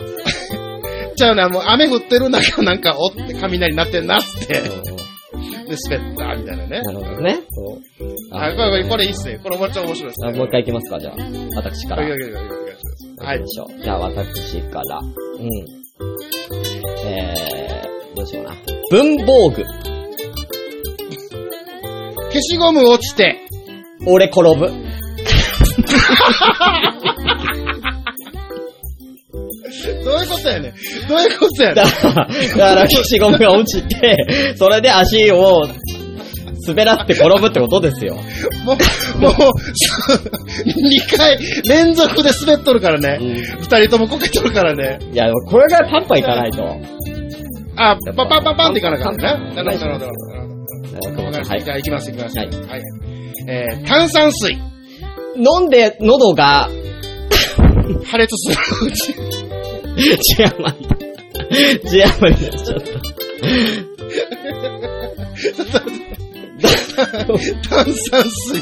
Speaker 2: じゃあな、もう雨降ってる中なんか、おって雷なってんなっつって、で、
Speaker 1: う
Speaker 2: 滑った、みたいなね
Speaker 1: ん。なるほどね。そう。
Speaker 2: あ、これ、これ、これいいっすね。これもちろん面白いっす
Speaker 1: あ
Speaker 2: ね。
Speaker 1: もう一回いきますか、じゃあ。私から。
Speaker 2: はいはいはいはいはい
Speaker 1: ど
Speaker 2: はい
Speaker 1: う。でしょう。じゃあ、私から。うん。えー、どうしようかな。文房具。
Speaker 2: 消しゴム落ちて、
Speaker 1: 俺転ぶ。
Speaker 2: どういうことやねんどういうことやねん
Speaker 1: だから、だから消しゴムが落ちて、それで足を滑らって転ぶってことですよ。
Speaker 2: もう、もう、2回連続で滑っとるから
Speaker 1: う
Speaker 2: ね。
Speaker 1: ん。
Speaker 2: 2人ともこけとるからね。
Speaker 1: いや、これがパンパンいかないと。
Speaker 2: あ、パンパンパンパンっていかなあかったね。
Speaker 1: パ
Speaker 2: な
Speaker 1: ンパ
Speaker 2: る
Speaker 1: ン
Speaker 2: ほど、なるほど、なるほど。
Speaker 1: えー熊
Speaker 2: わか
Speaker 1: さん
Speaker 2: り
Speaker 1: は
Speaker 2: ましたじゃ
Speaker 1: い。
Speaker 2: あ、行きます、行きます。
Speaker 1: はい
Speaker 2: はい。えー、炭酸水、
Speaker 1: 飲んで喉が、
Speaker 2: 破裂するうち。
Speaker 1: ジアマリ。ジアマリになっちゃった。
Speaker 2: 炭酸水。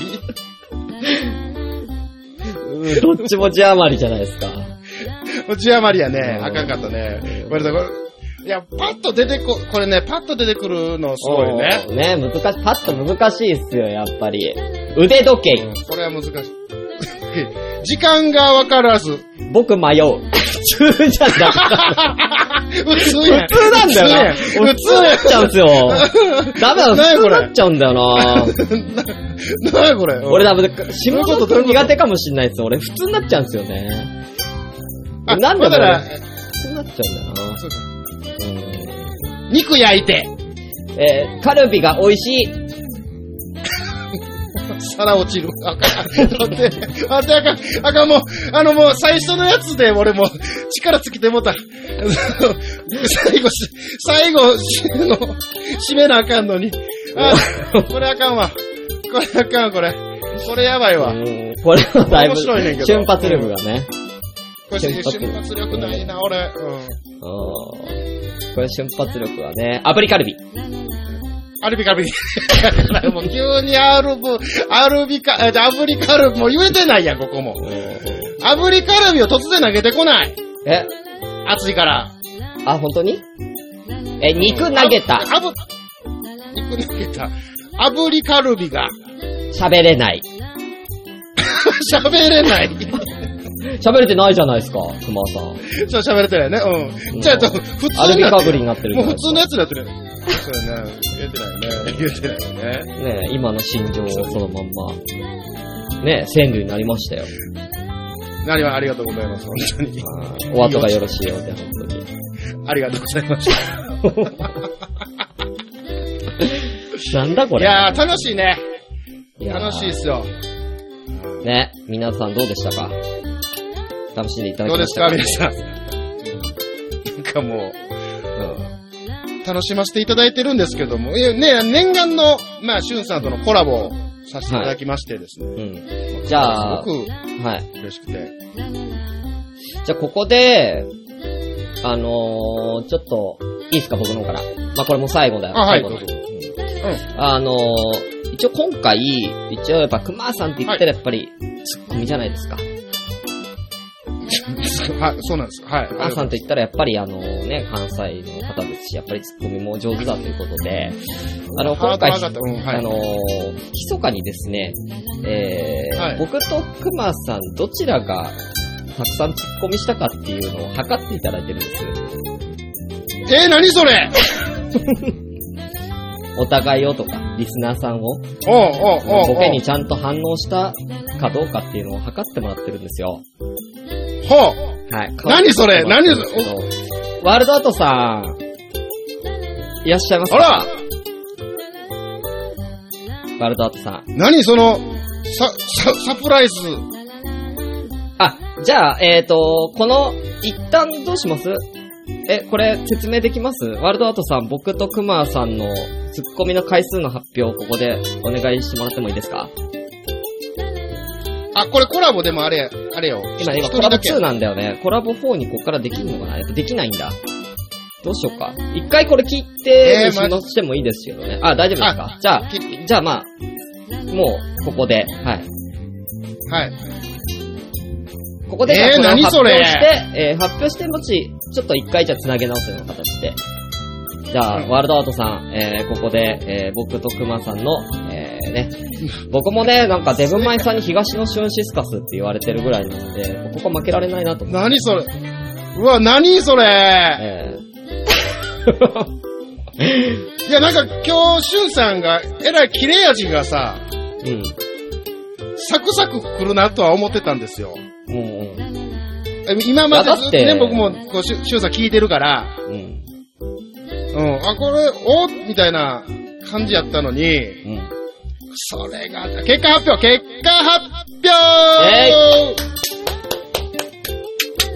Speaker 1: うんどっちもジアマリじゃないですか。
Speaker 2: 落ち余りやね。
Speaker 1: うん
Speaker 2: あかんかったね。ごめんなさい、これ。いや、パッと出てこ、これね、パッと出てくるのすごいね。
Speaker 1: おー。ね、難しい、パッと難しいっすよ、やっぱり。腕時計。
Speaker 2: これは難しい。 時間がわからず。
Speaker 1: 僕迷う。普通じゃなかった。
Speaker 2: 普通や
Speaker 1: 普通なんだよな。
Speaker 2: 普通
Speaker 1: 俺
Speaker 2: や
Speaker 1: 普通になっちゃうんすよ。ダメだ、
Speaker 2: 何
Speaker 1: 普
Speaker 2: や
Speaker 1: 通
Speaker 2: こ
Speaker 1: に
Speaker 2: れ
Speaker 1: なっちゃうんだよな。
Speaker 2: なやこれ。
Speaker 1: 俺多分、仕
Speaker 2: どういう
Speaker 1: 事
Speaker 2: ことどういうこと
Speaker 1: 苦手かもしんないっす。俺普通になっちゃうんすよね。
Speaker 2: あ
Speaker 1: なんで
Speaker 2: だか
Speaker 1: だ
Speaker 2: ら
Speaker 1: ろ、普通になっちゃうんだよな。
Speaker 2: そうか
Speaker 1: うん
Speaker 2: 肉焼いて、
Speaker 1: えーカルビが美味しい。
Speaker 2: 皿落ちる。あかん。待って、待って、あかん。あかん、もう、あのもう最初のやつで俺もう力尽きてもうた。最後し、最後し、あの、締めなあかんのに。あ、これあかんわ。これあかんわ、これ。これやばいわ。
Speaker 1: うんこれはだいぶ
Speaker 2: 面白いねんけど
Speaker 1: 瞬発力がね。
Speaker 2: これ瞬発力ないな、俺。うん。
Speaker 1: うんこれ瞬発力はね。炙りカルビ。
Speaker 2: アルビカルビ。 だからもう急にアルブ、アルビカ、えアブリカルビ、もう言えてないやん、ここも。アブリカルビを突然投げてこない。
Speaker 1: え、
Speaker 2: 暑いから。
Speaker 1: あ、本当にえ、肉投げた。
Speaker 2: あぶ、肉投げた。アブリカルビが
Speaker 1: 喋れない。
Speaker 2: 喋れない。
Speaker 1: 喋れてないじゃないですか、熊さん。
Speaker 2: そう、喋れてないね。う
Speaker 1: うん
Speaker 2: ん。じゃあ、ちょっと普
Speaker 1: ア
Speaker 2: 通
Speaker 1: ルビ
Speaker 2: にな
Speaker 1: カ
Speaker 2: って
Speaker 1: グリ
Speaker 2: る。
Speaker 1: になってるじ
Speaker 2: もう
Speaker 1: ゃないで
Speaker 2: 普通
Speaker 1: す
Speaker 2: のやつになってる。そうやね。言えてないね。言えてないね。
Speaker 1: か。ねえ今の心情をそのまんま。ねえ川柳になりましたよ。
Speaker 2: なりはありがとうございます。本当に。
Speaker 1: はいお後がよろしいようで、本当に。
Speaker 2: ありがとうございました。
Speaker 1: なんだこ
Speaker 2: い
Speaker 1: れ。
Speaker 2: やー、楽しいね。
Speaker 1: いやー
Speaker 2: 楽しいっすよ。
Speaker 1: ね、皆さんどうでしたか楽しんでいただ
Speaker 2: どう
Speaker 1: き
Speaker 2: で
Speaker 1: ますし
Speaker 2: か、
Speaker 1: たか
Speaker 2: 皆さん。なんかも
Speaker 1: うん
Speaker 2: う、楽しませていただいてるんですけども、いやね、念願の、まあ、しゅんさんとのコラボをさせていただきましてですね。
Speaker 1: うん。じゃあ、
Speaker 2: す
Speaker 1: は
Speaker 2: ごく
Speaker 1: い。
Speaker 2: 嬉しくて。
Speaker 1: じゃあ、ここで、あのー、ちょっと、いいですか、僕の方から。まあ、これもう最後だよ。
Speaker 2: あはい
Speaker 1: 最後のうん
Speaker 2: う
Speaker 1: あのー、一応今回、一応やっぱ、熊さんって言ったらやっぱり、ツッコミじゃないですか。
Speaker 2: ん。 はい、そうなんです。はい。
Speaker 1: 熊さんと言ったらやっぱり、あのー、ね、関西の方ですし、やっぱりツッコミも上手だということで、あの、今
Speaker 2: ハート
Speaker 1: 回、
Speaker 2: 上がった。うん、はい。
Speaker 1: あのー、密かにですね、えー
Speaker 2: はい
Speaker 1: 僕と熊さん、どちらが、たくさん突っ込みしたかっていうのを測っていただいてるんです。
Speaker 2: えー、何それ
Speaker 1: お互いをとか、リスナーさんを、
Speaker 2: おうおうおうおう
Speaker 1: ボケにちゃんと反応したかどうかっていうのを測ってもらってるんですよ。
Speaker 2: ほう。
Speaker 1: はい。
Speaker 2: 何それ何それ
Speaker 1: ワールドアートさん、いらっしゃいます
Speaker 2: あ
Speaker 1: からワールドアートさん。
Speaker 2: 何その、さ、さ、サプライズ。
Speaker 1: あ、じゃあ、えっ、ー、と、この、一旦どうしますえ、これ説明できますワールドアートさん、僕とクマさんのツッコミの回数の発表をここでお願いしてもらってもいいですか
Speaker 2: あ、これコラボでもあれ、あれよ。
Speaker 1: 今、今
Speaker 2: 一人
Speaker 1: コラボ
Speaker 2: だけ。
Speaker 1: 2なんだよね。コラボ4にここからできるのかなやっぱできないんだ。どうしようか。一回これ切って
Speaker 2: え、ーま
Speaker 1: 載してもいいですけどね。あ、大丈夫ですかじゃあ、
Speaker 2: 切っ
Speaker 1: じゃあまあ、もう、ここで、はい。
Speaker 2: はい。
Speaker 1: ここで、
Speaker 2: えー
Speaker 1: じゃあこれを
Speaker 2: 何
Speaker 1: 発
Speaker 2: それ
Speaker 1: 表して、えー発表して、もち、ちょっと一回じゃあ繋げ直すような形で。じゃあ、
Speaker 2: うん
Speaker 1: ワールドアートさん、えー、ここで、えー、僕と熊さんの、えー、ね、僕もね、なんかデブマイさんに東のシュンシスカスって言われてるぐらいなので、ここ負けられないなと思って。
Speaker 2: 何それ。うわ、何それ。
Speaker 1: えー
Speaker 2: いや、なんか今日、しゅんさんが、えらい切れ味がさ、
Speaker 1: うん。
Speaker 2: サクサク来るなとは思ってたんですよ。
Speaker 1: うんうん。
Speaker 2: え今までずっと
Speaker 1: いやだっ
Speaker 2: ね、
Speaker 1: て
Speaker 2: 僕もこう、しゅしゅんさん聞いてるから、
Speaker 1: うん。
Speaker 2: うん、あ、これ、おみたいな感じやったのに、
Speaker 1: うん。
Speaker 2: それが、結果発表結果発表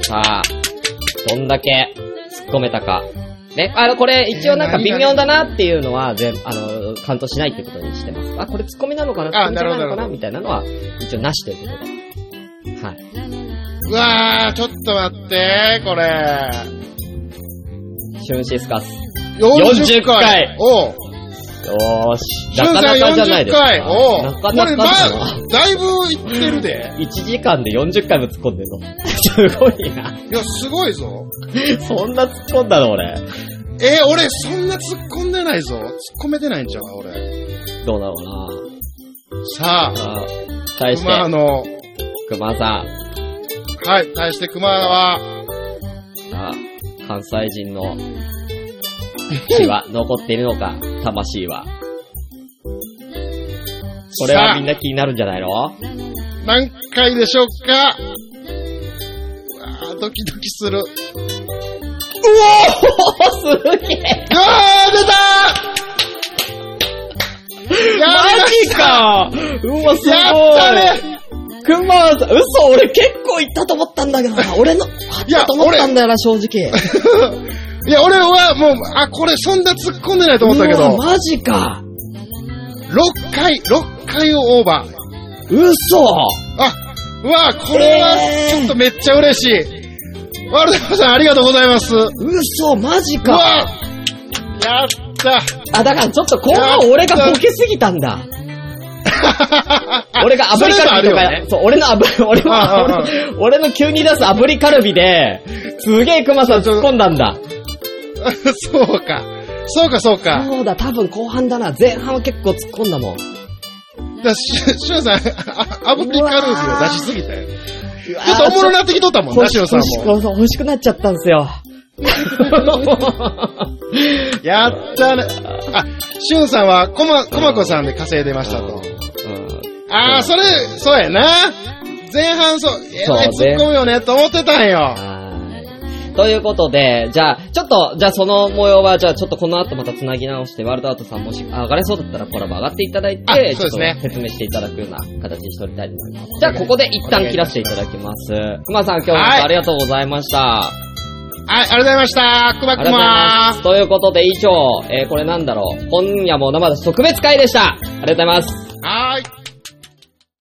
Speaker 1: さあ、どんだけ突っ込めたか。ね、あの、これ、一応なんか微妙だなっていうのは、全、あの、カウントしないってことにしてます。あ、これ突っ込みなのかな突っ
Speaker 2: あ
Speaker 1: 込みじゃないのか
Speaker 2: なるほどなるほ
Speaker 1: な
Speaker 2: ど
Speaker 1: みたいなのは、一応なしということで。はい。
Speaker 2: うわー、ちょっと待って、これ。
Speaker 1: シュンシスカス。よ
Speaker 2: 40
Speaker 1: 40回
Speaker 2: おう。
Speaker 1: ーし。
Speaker 2: シュ
Speaker 1: な
Speaker 2: ン
Speaker 1: か
Speaker 2: さん
Speaker 1: なかじゃない
Speaker 2: 40
Speaker 1: ですか。
Speaker 2: 回。お
Speaker 1: なか
Speaker 2: う。これ、
Speaker 1: なか
Speaker 2: ま
Speaker 1: だ
Speaker 2: あ
Speaker 1: な。、
Speaker 2: だいぶいって るで。
Speaker 1: 1時間で40回も突っ込んでるの。すごいな。
Speaker 2: いや、すごいぞ。
Speaker 1: そんな突っ込んだの俺。
Speaker 2: えー、俺、そんな突っ込んでないぞ。突っ込めてないんちゃう俺。
Speaker 1: どうだろ
Speaker 2: さあ
Speaker 1: う、な。あー対し
Speaker 2: 熊
Speaker 1: て、
Speaker 2: の、
Speaker 1: 熊さん。
Speaker 2: はい、対して熊は、
Speaker 1: さあ、関西人の血は残っているのか、魂は。これはみんな気になるんじゃないの
Speaker 2: 何回でしょうかうわードキドキする。う
Speaker 1: おーすげえ
Speaker 2: わー出たーやりま
Speaker 1: マジ
Speaker 2: した
Speaker 1: かうわ、すごい
Speaker 2: やったね
Speaker 1: くまさん、嘘、俺結構行ったと思ったんだけどな。俺の、あったと思ったんだよな、正直。
Speaker 2: いや、俺はもう、あ、これそんな突っ込んでないと思ったけ
Speaker 1: うわ
Speaker 2: ど、
Speaker 1: マジか
Speaker 2: 6回、6回をオーバー。
Speaker 1: 嘘
Speaker 2: あ、うわ、これは
Speaker 1: えー
Speaker 2: ちょっとめっちゃ嬉しい。ワルダさんありがとうございます。うわ
Speaker 1: 嘘、マジか
Speaker 2: やった
Speaker 1: あ、だからちょっと後半俺がボケすぎたんだ。 俺が炙りカルビとか、
Speaker 2: それもあるよね
Speaker 1: そう、俺の炙り、俺
Speaker 2: ああああ
Speaker 1: は、俺の俺の急に出す炙りカルビで、すげえクマさん突っ込んだんだ。
Speaker 2: そうか。そうか、そうか。
Speaker 1: そうだ、多分後半だな。前半は結構突っ込んだもん。
Speaker 2: だし、しゅんさん、あ炙りカルビを出しすぎたよ。
Speaker 1: ちょ
Speaker 2: ちょっとおもろなってきとったもんな、
Speaker 1: 欲
Speaker 2: し
Speaker 1: し
Speaker 2: ゅんさん
Speaker 1: 欲し
Speaker 2: も。
Speaker 1: そうそう欲しくなっちゃったんです よ。
Speaker 2: やったね。あ、しゅんさんは、こま、こまこさんで稼いでましたと。
Speaker 1: うん
Speaker 2: あー、それ、そうやな。前半そう、え
Speaker 1: そう
Speaker 2: らい突っ込むよねと思ってたんよ。
Speaker 1: はい。ということで、じゃあ、ちょっと、じゃあその模様は、じゃあちょっとこの後また繋ぎ直して、ワールドアートさんもし上がれそうだったらコラボ上がっていただいて、
Speaker 2: あそうですね
Speaker 1: ちょっと説明していただくような形にしておりたいと思います。じゃあここで一旦切らせていただきます。熊さん今日も
Speaker 2: はい
Speaker 1: ありがとうございました。
Speaker 2: はい、ありがとうございました。くま
Speaker 1: ありが
Speaker 2: く
Speaker 1: とうござい
Speaker 2: ま
Speaker 1: ます。ということで以上、えー、これなんだろう、今夜も生だし特別会でした。ありがとうございます。